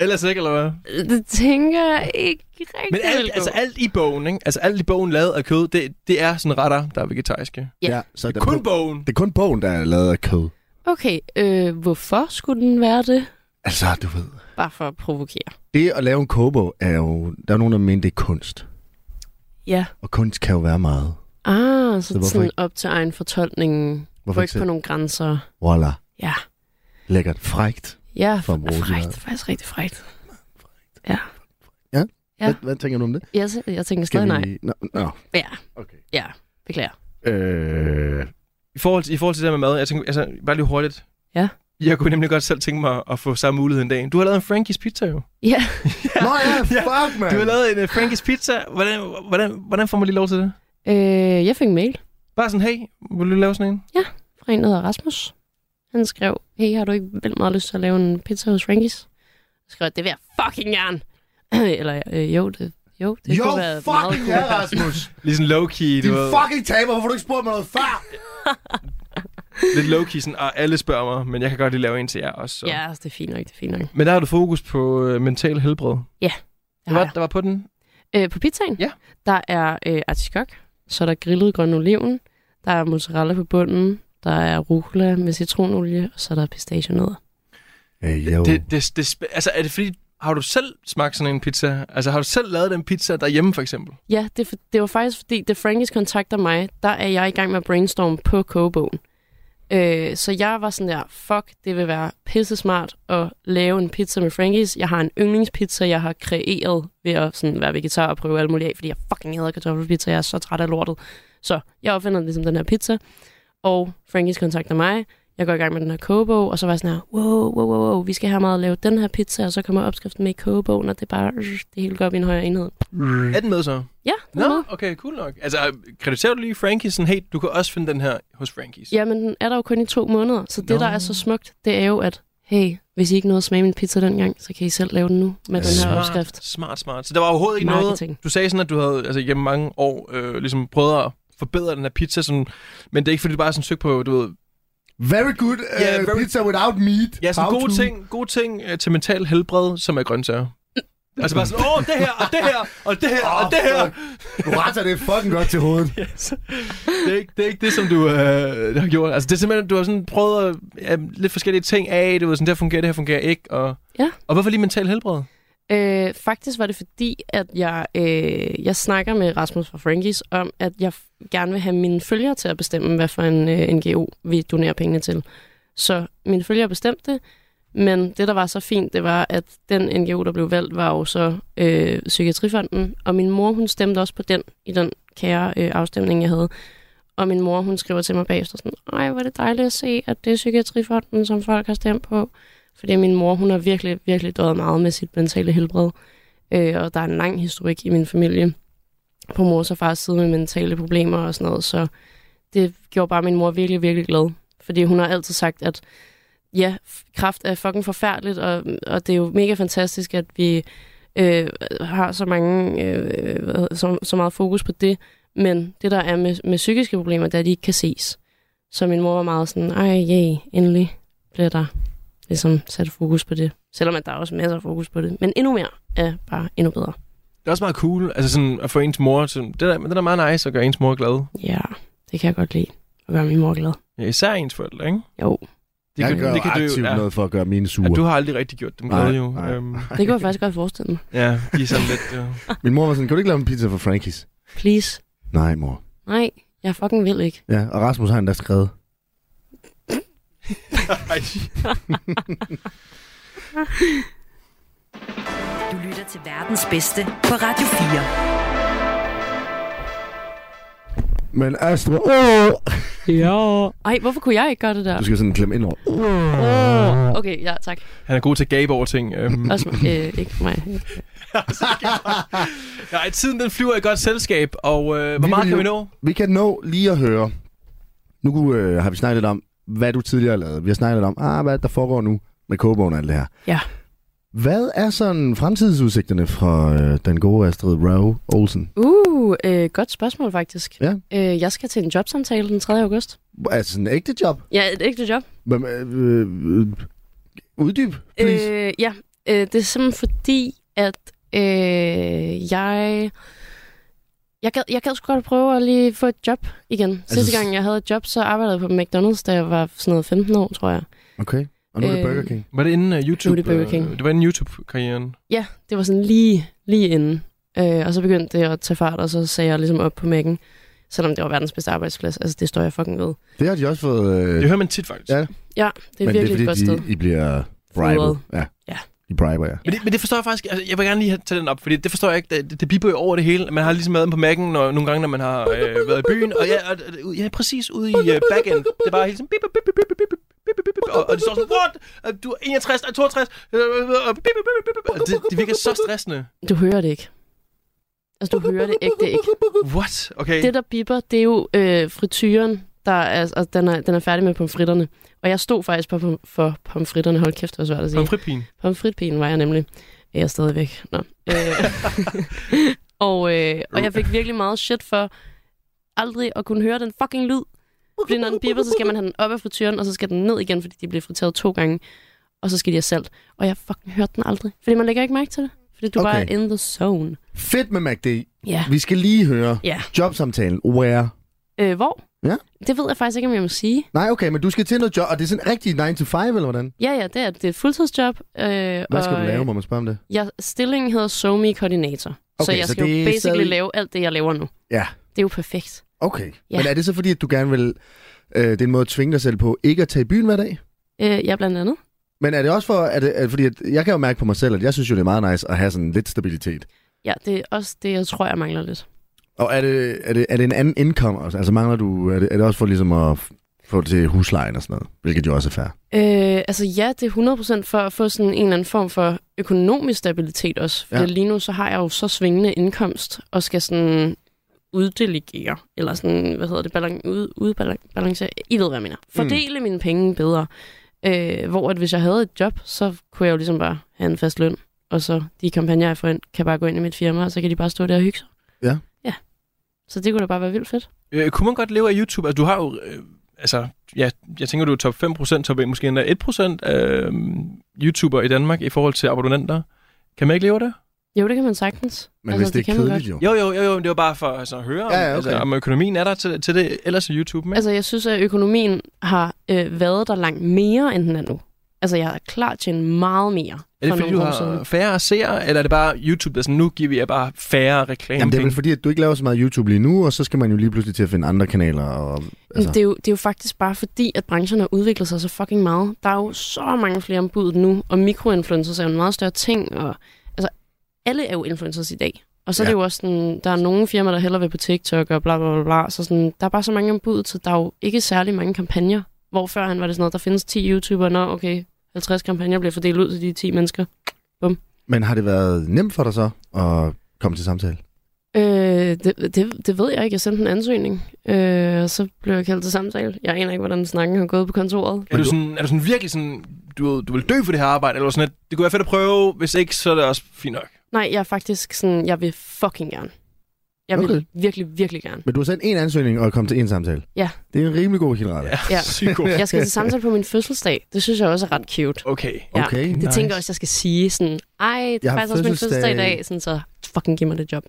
[SPEAKER 4] Ellers ikke, eller hvad?
[SPEAKER 5] Det tænker jeg ikke rigtig
[SPEAKER 4] Men alt,
[SPEAKER 5] vil gå.
[SPEAKER 4] altså alt i bogen, ikke? Altså alt i bogen lavet af kød, det, det er sådan retter, der er vegetariske.
[SPEAKER 5] Ja.
[SPEAKER 3] så det
[SPEAKER 4] Kun bogen.
[SPEAKER 3] Det er kun bogen, der er lavet af kød.
[SPEAKER 5] Okay, øh, hvorfor skulle den være det?
[SPEAKER 3] Altså, du ved.
[SPEAKER 5] Bare for at provokere.
[SPEAKER 3] Det at lave en kobo er jo... Der er nogen, der mener, det er kunst.
[SPEAKER 5] Ja.
[SPEAKER 3] Og kunst kan jo være meget.
[SPEAKER 5] Ah, så,
[SPEAKER 3] hvorfor
[SPEAKER 5] så sådan
[SPEAKER 3] ikke?
[SPEAKER 5] op til egen fortolkning.
[SPEAKER 3] Hvorfor
[SPEAKER 5] Ryk
[SPEAKER 3] ikke
[SPEAKER 5] på
[SPEAKER 3] selv?
[SPEAKER 5] nogle grænser.
[SPEAKER 3] Voila.
[SPEAKER 5] Ja.
[SPEAKER 3] Lækkert. Frægt.
[SPEAKER 5] Ja,
[SPEAKER 3] For at bruge de
[SPEAKER 5] frækt.
[SPEAKER 3] her-
[SPEAKER 5] Det er faktisk rigtig frækt. Ja.
[SPEAKER 3] Ja. Hvad, hvad tænker du om det?
[SPEAKER 5] Jeg, jeg tænker stadig nej.
[SPEAKER 3] Nå, nå.
[SPEAKER 5] Ja,
[SPEAKER 3] okay.
[SPEAKER 5] ja. Beklager.
[SPEAKER 3] Øh,
[SPEAKER 4] I forhold, til, I forhold til det her med mad, jeg tænker, altså, bare lige hurtigt.
[SPEAKER 5] Ja.
[SPEAKER 4] Jeg kunne nemlig godt selv tænke mig at få samme mulighed en dag. Du har lavet en Frankie's Pizza jo.
[SPEAKER 5] Ja.
[SPEAKER 3] Nå ja, fuck, man.
[SPEAKER 4] Du har lavet en uh, Frankie's Pizza. Hvordan, hvordan, hvordan får man lige lov til det?
[SPEAKER 5] Øh, jeg fik en mail
[SPEAKER 4] Bare sådan, hey, vil du lave sådan en?
[SPEAKER 5] fra en, der hedder Rasmus. Han skrev, hey, har du ikke vildt meget lyst til at lave en pizza hos Frankie's? Jeg skrev, det vil jeg fucking gerne. Eller, øh, jo, det, jo, det
[SPEAKER 3] jo,
[SPEAKER 5] kunne være meget
[SPEAKER 3] fucking
[SPEAKER 5] cool.
[SPEAKER 3] ja, Rasmus.
[SPEAKER 4] Lige sådan low-key,
[SPEAKER 3] Din
[SPEAKER 4] du ved.
[SPEAKER 3] fucking taber. Hvorfor har du ikke spurgt mig noget før?
[SPEAKER 4] Lidt low-key, sådan, og alle spørger mig, men jeg kan godt lige lave en til jer også. Så.
[SPEAKER 5] Ja, altså, det er fint nok, det er fint nok.
[SPEAKER 4] Men der har du fokus på øh, mental helbred.
[SPEAKER 5] Det
[SPEAKER 4] Hvad var
[SPEAKER 5] har
[SPEAKER 4] det, der var på den?
[SPEAKER 5] jeg. Øh, på pizzaen,
[SPEAKER 4] Ja.
[SPEAKER 5] der er øh, artiskok, så er der grillet grøn oliven, der er mozzarella på bunden, der er rucola med citronolie, og så er der pistachienødder.
[SPEAKER 3] Øh, jo.
[SPEAKER 4] Det, det, det, sp- altså, er det fordi, har du selv smagt sådan en pizza? Altså, har du selv lavet den pizza derhjemme, for eksempel?
[SPEAKER 5] Ja, det, er for- det var faktisk fordi, da Frankis kontakter mig, der er jeg i gang med at brainstorme på kogebogen. Øh, så jeg var sådan der, fuck, det vil være pisse smart at lave en pizza med Frankis. Jeg har en yndlingspizza, jeg har kreeret ved at sådan være vegetar og prøve alt muligt af, fordi jeg fucking hader kartoffelpizza, jeg er så træt af lortet. Så jeg opfinder ligesom den her pizza, og Frankis kontakter mig. Jeg går i gang med den her kogebog, og så var jeg sådan her, wow, wow, wow, wow, vi skal have meget at lave den her pizza, og så kommer opskriften med i kogebogen, og det er bare, øh, det hele går op i en højere enhed.
[SPEAKER 4] Er den med så?
[SPEAKER 5] Ja,
[SPEAKER 4] Nå,
[SPEAKER 5] med.
[SPEAKER 4] okay, cool nok. Altså, krediterer du lige Frankies sådan, hey, du kan også finde den her hos Frankies?
[SPEAKER 5] Jamen, den er der jo kun i to måneder, så det,
[SPEAKER 4] Nå.
[SPEAKER 5] der er så smukt, det er jo, at hey, hvis I ikke nåede at smage min pizza dengang, så kan I selv lave den nu med den her
[SPEAKER 4] smart,
[SPEAKER 5] opskrift.
[SPEAKER 4] Smart, smart. Så der var overhovedet ikke
[SPEAKER 5] Marketing.
[SPEAKER 4] noget... Du sagde sådan, at du havde altså, gennem mange år øh, ligesom prøvet at forbedre den her pizza, sådan, men det er ikke, fordi du bare sådan søgte på, du ved...
[SPEAKER 3] Very good uh,
[SPEAKER 4] Ja, very-
[SPEAKER 3] pizza without meat.
[SPEAKER 4] Ja, sådan
[SPEAKER 3] How
[SPEAKER 4] gode
[SPEAKER 3] to.
[SPEAKER 4] ting, gode ting øh, til mental helbred, som er grøntsager. altså bare sådan, åh, det her, og det her, og det her,
[SPEAKER 3] Åh,
[SPEAKER 4] og det her.
[SPEAKER 3] fuck. Du retter det fucking godt til hovedet.
[SPEAKER 4] Ah, Yes. Det, er ikke, det er ikke det, som du øh, har gjort. Altså, det er simpelthen, du har sådan prøvet at, ja, lidt forskellige ting af. Du ved, sådan, det her fungerer, det her fungerer ikke. Og,
[SPEAKER 5] Ja.
[SPEAKER 4] og hvorfor lige mental helbred?
[SPEAKER 5] Øh, faktisk var det fordi, at jeg, øh, jeg snakker med Rasmus fra Frankies om, at jeg f- gerne vil have mine følgere til at bestemme, hvad for en øh, NGO vi donerer pengene til. Så mine følgere bestemte, men det, der var så fint, det var, at den NGO, der blev valgt, var jo så øh, Psykiatrifonden, og min mor, hun stemte også på den i den kære øh, afstemning, jeg havde. Og min mor, hun skriver til mig bagefter sådan, ej, hvor er det dejligt at se, at det er Psykiatrifonden, som folk har stemt på. Fordi min mor, hun har virkelig, virkelig døjet meget med sit mentale helbred. Øh, og der er en lang historik i min familie på mors og fars side med mentale problemer og sådan noget. Så det gjorde bare min mor virkelig, virkelig glad. Fordi hun har altid sagt, at ja, f- kraft er fucking forfærdeligt, og, og det er jo mega fantastisk, at vi øh, har så, mange, øh, hvad hedder- så, så meget fokus på det. Men det, der er med, med psykiske problemer, det er, at de ikke kan ses. Så min mor var meget sådan, ej, yay, endelig bliver der ligesom sat fokus på det. Selvom at der er også masser af fokus på det. Men endnu mere er bare endnu bedre.
[SPEAKER 4] Det er også meget cool, altså sådan at få ens mor, sådan, det, er, det er da meget nice at gøre ens mor glad.
[SPEAKER 5] Ja, det kan jeg godt lide. At gøre min mor glad.
[SPEAKER 4] Ja, især ens forældre, ikke?
[SPEAKER 5] Jo,
[SPEAKER 4] Det
[SPEAKER 3] jeg
[SPEAKER 4] kan-
[SPEAKER 3] gør
[SPEAKER 4] det
[SPEAKER 3] det
[SPEAKER 4] kan dø,
[SPEAKER 3] aktivt
[SPEAKER 4] ja.
[SPEAKER 3] noget for at gøre mine sure.
[SPEAKER 4] Ja, du har aldrig rigtig gjort dem
[SPEAKER 3] Nej,
[SPEAKER 4] glade, jo.
[SPEAKER 3] nej.
[SPEAKER 4] Øhm,
[SPEAKER 5] det kunne jeg faktisk godt forestille mig.
[SPEAKER 4] ja, de er sådan lidt... øh, Jo.
[SPEAKER 3] Min mor var sådan, kan du ikke lave en pizza for Frankies?
[SPEAKER 5] Please.
[SPEAKER 3] Nej, mor.
[SPEAKER 5] Nej, jeg fucking vil ikke.
[SPEAKER 3] Ja, og Rasmus har endda skrevet.
[SPEAKER 2] Du lytter til verdens bedste på Radio 4.
[SPEAKER 3] Men Astrid, åh!
[SPEAKER 5] Ja. Ej, hvorfor kunne jeg ikke gøre det der?
[SPEAKER 3] Du skal sådan klemme ind over.
[SPEAKER 5] Oh, okay, ja, tak.
[SPEAKER 4] Han er god til at gabe over ting. Øhm,
[SPEAKER 5] Også, øh, ikke mig.
[SPEAKER 4] nej, tiden den flyver i godt selskab, og øh, hvor
[SPEAKER 3] Vi
[SPEAKER 4] meget
[SPEAKER 3] vil
[SPEAKER 4] kan vi
[SPEAKER 3] jo-
[SPEAKER 4] nå?
[SPEAKER 3] Vi kan nå lige at høre. Nu øh, har vi snakket lidt om, hvad du tidligere lavede. Vi har snakket lidt om, ah, hvad der foregår nu med kogebogen og alt det her.
[SPEAKER 5] Ja.
[SPEAKER 3] Hvad er sådan fremtidsudsigterne fra øh, den gode Astrid Rowe Olsen?
[SPEAKER 5] Uh, øh, godt spørgsmål faktisk.
[SPEAKER 3] Ja.
[SPEAKER 5] Øh, jeg skal til en jobsamtale den 3. august.
[SPEAKER 3] Altså sådan en ægte job?
[SPEAKER 5] Ja, et ægte job.
[SPEAKER 3] Hvem, øh, øh, øh, uddyb, please. Øh,
[SPEAKER 5] Øh, ja, øh, det er simpelthen fordi, at øh, jeg... Jeg gad, jeg gad sgu godt prøve at lige få et job igen. Altså, Sidste gang, jeg havde et job, så arbejdede jeg på McDonald's, da jeg var sådan noget 15 år, tror jeg.
[SPEAKER 3] okay, og nu er det
[SPEAKER 5] øh,
[SPEAKER 3] Burger King.
[SPEAKER 4] Var det inden uh, YouTube?
[SPEAKER 5] det Burger
[SPEAKER 4] øh,
[SPEAKER 5] King.
[SPEAKER 4] det var inden YouTube-karrieren.
[SPEAKER 5] Ja, det var sådan lige, lige inden. Øh, og så begyndte det at tage fart, og så sagde jeg ligesom op på mækken. Selvom det var verdens bedste arbejdsplads. Altså, det står jeg fucking ved.
[SPEAKER 3] Det har de også fået... Øh,
[SPEAKER 4] Det hører man tit, faktisk.
[SPEAKER 3] Ja.
[SPEAKER 5] Ja, det er
[SPEAKER 3] men
[SPEAKER 5] virkelig
[SPEAKER 3] det
[SPEAKER 5] et
[SPEAKER 3] er
[SPEAKER 5] godt
[SPEAKER 3] fordi,
[SPEAKER 5] sted.
[SPEAKER 3] de, I bliver bribet.
[SPEAKER 5] Fodret.
[SPEAKER 3] Ja.
[SPEAKER 5] Ja.
[SPEAKER 3] I briber, ja.
[SPEAKER 4] Men det, men det forstår jeg faktisk, altså, jeg vil gerne lige have- tage den op, fordi det forstår jeg ikke, det, det biber jo over det hele. Man har ligesom maden på mærken når, nogle gange, når man har øh, været i byen, og ja, og, og- ja præcis ude i øh, backend. Det er bare hele tiden, bip, bip, bip, bip, bip, bip, bip, bip, bip, og, og det står sådan, what? Øh, Du er 61, øh, 62, øh, øh, og bip, bip, bip, bip, bip. Og det, det virker så stressende.
[SPEAKER 5] Du hører det ikke. Altså, du hører det ægte ikke.
[SPEAKER 4] What? Okay.
[SPEAKER 5] Det, der bipper, det er jo øh, frityren, der er, altså, den, er, den er færdig med pomfritterne. Og jeg stod faktisk på, pom- for pomfritterne. Hold kæft, hvor svært at sige.
[SPEAKER 4] Pomfritpin.
[SPEAKER 5] Pomfritpigen var jeg nemlig. Jeg er stadigvæk. Nå. Øh, og, øh, og jeg fik virkelig meget shit for aldrig at kunne høre den fucking lyd. Fordi når den piper, så skal man have den op af frityren, og så skal den ned igen, fordi de bliver friteret to gange. Og så skal de have salt. Og jeg fucking hørte den aldrig. Fordi man lægger ikke mærke til det. Fordi du okay. bare
[SPEAKER 3] Okay.
[SPEAKER 5] er in the zone.
[SPEAKER 3] Fedt med MACD.
[SPEAKER 5] Ja.
[SPEAKER 3] Vi skal lige høre
[SPEAKER 5] Ja.
[SPEAKER 3] jobsamtalen. Where?
[SPEAKER 5] Øh, hvor?
[SPEAKER 3] Ja.
[SPEAKER 5] Det ved jeg faktisk ikke, om jeg må sige.
[SPEAKER 3] Nej, okay, men du skal til noget job, og det er sådan rigtig 9 to 5, eller hvordan?
[SPEAKER 5] Ja, ja, det er, det er et fuldtidsjob. Øh,
[SPEAKER 3] Hvad skal
[SPEAKER 5] og,
[SPEAKER 3] du lave,
[SPEAKER 5] øh,
[SPEAKER 3] må man spørge om det?
[SPEAKER 5] Jeg, stillingen hedder SoMe-koordinator. så
[SPEAKER 3] Okay,
[SPEAKER 5] jeg
[SPEAKER 3] så
[SPEAKER 5] skal
[SPEAKER 3] det
[SPEAKER 5] jo
[SPEAKER 3] er
[SPEAKER 5] basically
[SPEAKER 3] stadig-
[SPEAKER 5] lave alt det, jeg laver nu.
[SPEAKER 3] Ja.
[SPEAKER 5] Det er jo perfekt.
[SPEAKER 3] Okay.
[SPEAKER 5] Ja.
[SPEAKER 3] Men er det så fordi, at du gerne vil... Øh, det er en måde at tvinge dig selv på ikke at tage i byen hver dag?
[SPEAKER 5] Øh, ja, blandt andet.
[SPEAKER 3] Men er det også for... Er det, er, fordi at jeg kan jo mærke på mig selv, at jeg synes jo, det er meget nice at have sådan lidt stabilitet.
[SPEAKER 5] Ja, det er også det, jeg tror, jeg mangler lidt.
[SPEAKER 3] Og er det, er det, er det en anden indkom også? Altså mangler du... Er det, er det også for ligesom at f- få det til huslejen og sådan noget? Hvilket jo også er fair.
[SPEAKER 5] Øh, altså ja, det er 100% for at få sådan en eller anden form for økonomisk stabilitet også. For
[SPEAKER 3] Ja.
[SPEAKER 5] ja. lige nu, så har jeg jo så svingende indkomst, og skal sådan uddelegere, eller sådan, hvad hedder det, balan- ud, udbalancere, I ved, hvad jeg mener. Fordele mm. mine penge bedre. Øh, hvor at hvis jeg havde et job, så kunne jeg jo ligesom bare have en fast løn, og så de kampagner, jeg får ind, kan bare gå ind i mit firma, og så kan de bare stå der og hygge sig.
[SPEAKER 3] Ja.
[SPEAKER 5] Ja. Så det kunne da bare være vildt fedt.
[SPEAKER 4] Øh, kunne man godt leve af YouTube? Altså, du har jo... Øh, altså, ja, jeg tænker, du er top 5%, top 1, måske endda 1% af YouTuber i Danmark i forhold til abonnenter. Kan man ikke leve af det?
[SPEAKER 5] Jo, det kan man sagtens.
[SPEAKER 3] Men altså, hvis det,
[SPEAKER 5] kan
[SPEAKER 3] er
[SPEAKER 5] man
[SPEAKER 3] kedeligt jo.
[SPEAKER 4] Jo, jo, jo, jo, men det var bare for altså, at høre, om,
[SPEAKER 3] Ja, ja,
[SPEAKER 4] altså,
[SPEAKER 3] okay.
[SPEAKER 4] om økonomien er der til, til det, ellers er YouTube, ikke?
[SPEAKER 5] Altså,
[SPEAKER 4] Altså,
[SPEAKER 5] jeg synes, at økonomien har øh, været der langt mere, end den er nu. Altså, jeg er klar til en meget mere.
[SPEAKER 4] er det
[SPEAKER 5] for
[SPEAKER 4] fordi, du
[SPEAKER 5] nogle år
[SPEAKER 4] har altså-
[SPEAKER 5] siden.
[SPEAKER 4] færre seere, eller er det bare YouTube, der sådan, nu giver vi jer bare færre reklame?
[SPEAKER 3] Jamen, det er vel fordi, at du ikke laver så meget YouTube lige nu, og så skal man jo lige pludselig til at finde andre kanaler. Og, altså,
[SPEAKER 5] Altså. Det, er jo, det er jo faktisk bare fordi, at branchen har udviklet sig så fucking meget. Der er jo så mange flere ombud nu, og mikroinfluencers er jo en meget større ting. Og, altså, alle er jo influencers i dag. Og så ja. er
[SPEAKER 3] Ja.
[SPEAKER 5] det jo også sådan, der er nogle firmaer, der hellere vil på TikTok og bla bla bla. bla. Så sådan, der er bare så mange ombud, så der er jo ikke særlig mange kampagner. Hvor før han var det sådan noget, der findes 10 YouTubere, nå okay, 50 kampagner bliver fordelt ud til de 10 mennesker.
[SPEAKER 3] Men har det været nemt for dig så at komme til samtale?
[SPEAKER 5] Øh, det, det, det ved jeg ikke. Jeg sendte en ansøgning, øh, og så blev jeg kaldt til samtale. Jeg aner ikke, hvordan snakken har gået på kontoret.
[SPEAKER 4] Er du, sådan, er du sådan virkelig sådan, du, ved, du vil dø for det her arbejde, eller sådan, at det kunne være fedt at prøve, hvis ikke, så er det også fint nok.
[SPEAKER 5] Nej, jeg er faktisk sådan, jeg vil fucking gerne. Jeg vil
[SPEAKER 3] Okay.
[SPEAKER 5] virkelig, virkelig gerne.
[SPEAKER 3] Men du har sendt en ansøgning og kom til en samtale.
[SPEAKER 5] Ja.
[SPEAKER 3] Det er en rimelig god kilderate.
[SPEAKER 5] Ja.
[SPEAKER 4] psyko.
[SPEAKER 5] Jeg skal til samtale på min fødselsdag. Det synes jeg også er ret cute.
[SPEAKER 4] Okay.
[SPEAKER 5] Ja.
[SPEAKER 3] Okay.
[SPEAKER 5] Det
[SPEAKER 4] Nice.
[SPEAKER 5] tænker jeg også, jeg skal sige sådan, ej, det er
[SPEAKER 3] har
[SPEAKER 5] faktisk også min
[SPEAKER 3] fødselsdag."
[SPEAKER 5] fødselsdag i dag, sådan, så fucking giv mig det job.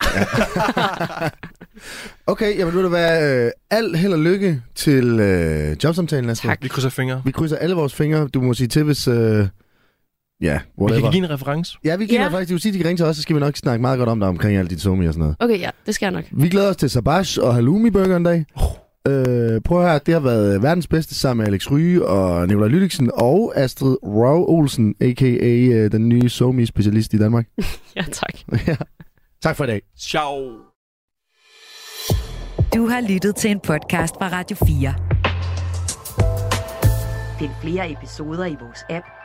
[SPEAKER 3] Okay, jamen vil du være øh, al held og lykke til øh, jobsamtalen, Astrid.
[SPEAKER 5] Tak.
[SPEAKER 4] Vi krydser fingre.
[SPEAKER 3] Vi krydser alle vores fingre. Du må sige til, hvis... Øh, ja,
[SPEAKER 4] Vi kan
[SPEAKER 3] whatever.
[SPEAKER 4] give en reference.
[SPEAKER 3] Ja, vi kan
[SPEAKER 5] Ja.
[SPEAKER 3] yeah. faktisk. Du kan sige, de kan ringe til os, så skal vi nok snakke meget godt om dig omkring alle dit somi og sådan noget.
[SPEAKER 5] Okay, ja, det skal jeg nok.
[SPEAKER 3] Vi glæder os til Sabash og Halloumi Burger en dag. Øh, prøv at høre, det har været verdens bedste sammen med Alex Ryge og Nikolaj Lydiksen og Astrid Rau Olsen, a.k.a. øh, den nye somi-specialist i Danmark.
[SPEAKER 5] Ja, tak.
[SPEAKER 3] ja. Tak for i dag.
[SPEAKER 4] Ciao.
[SPEAKER 2] Du har lyttet til en podcast fra Radio 4.
[SPEAKER 6] Find flere episoder i vores app,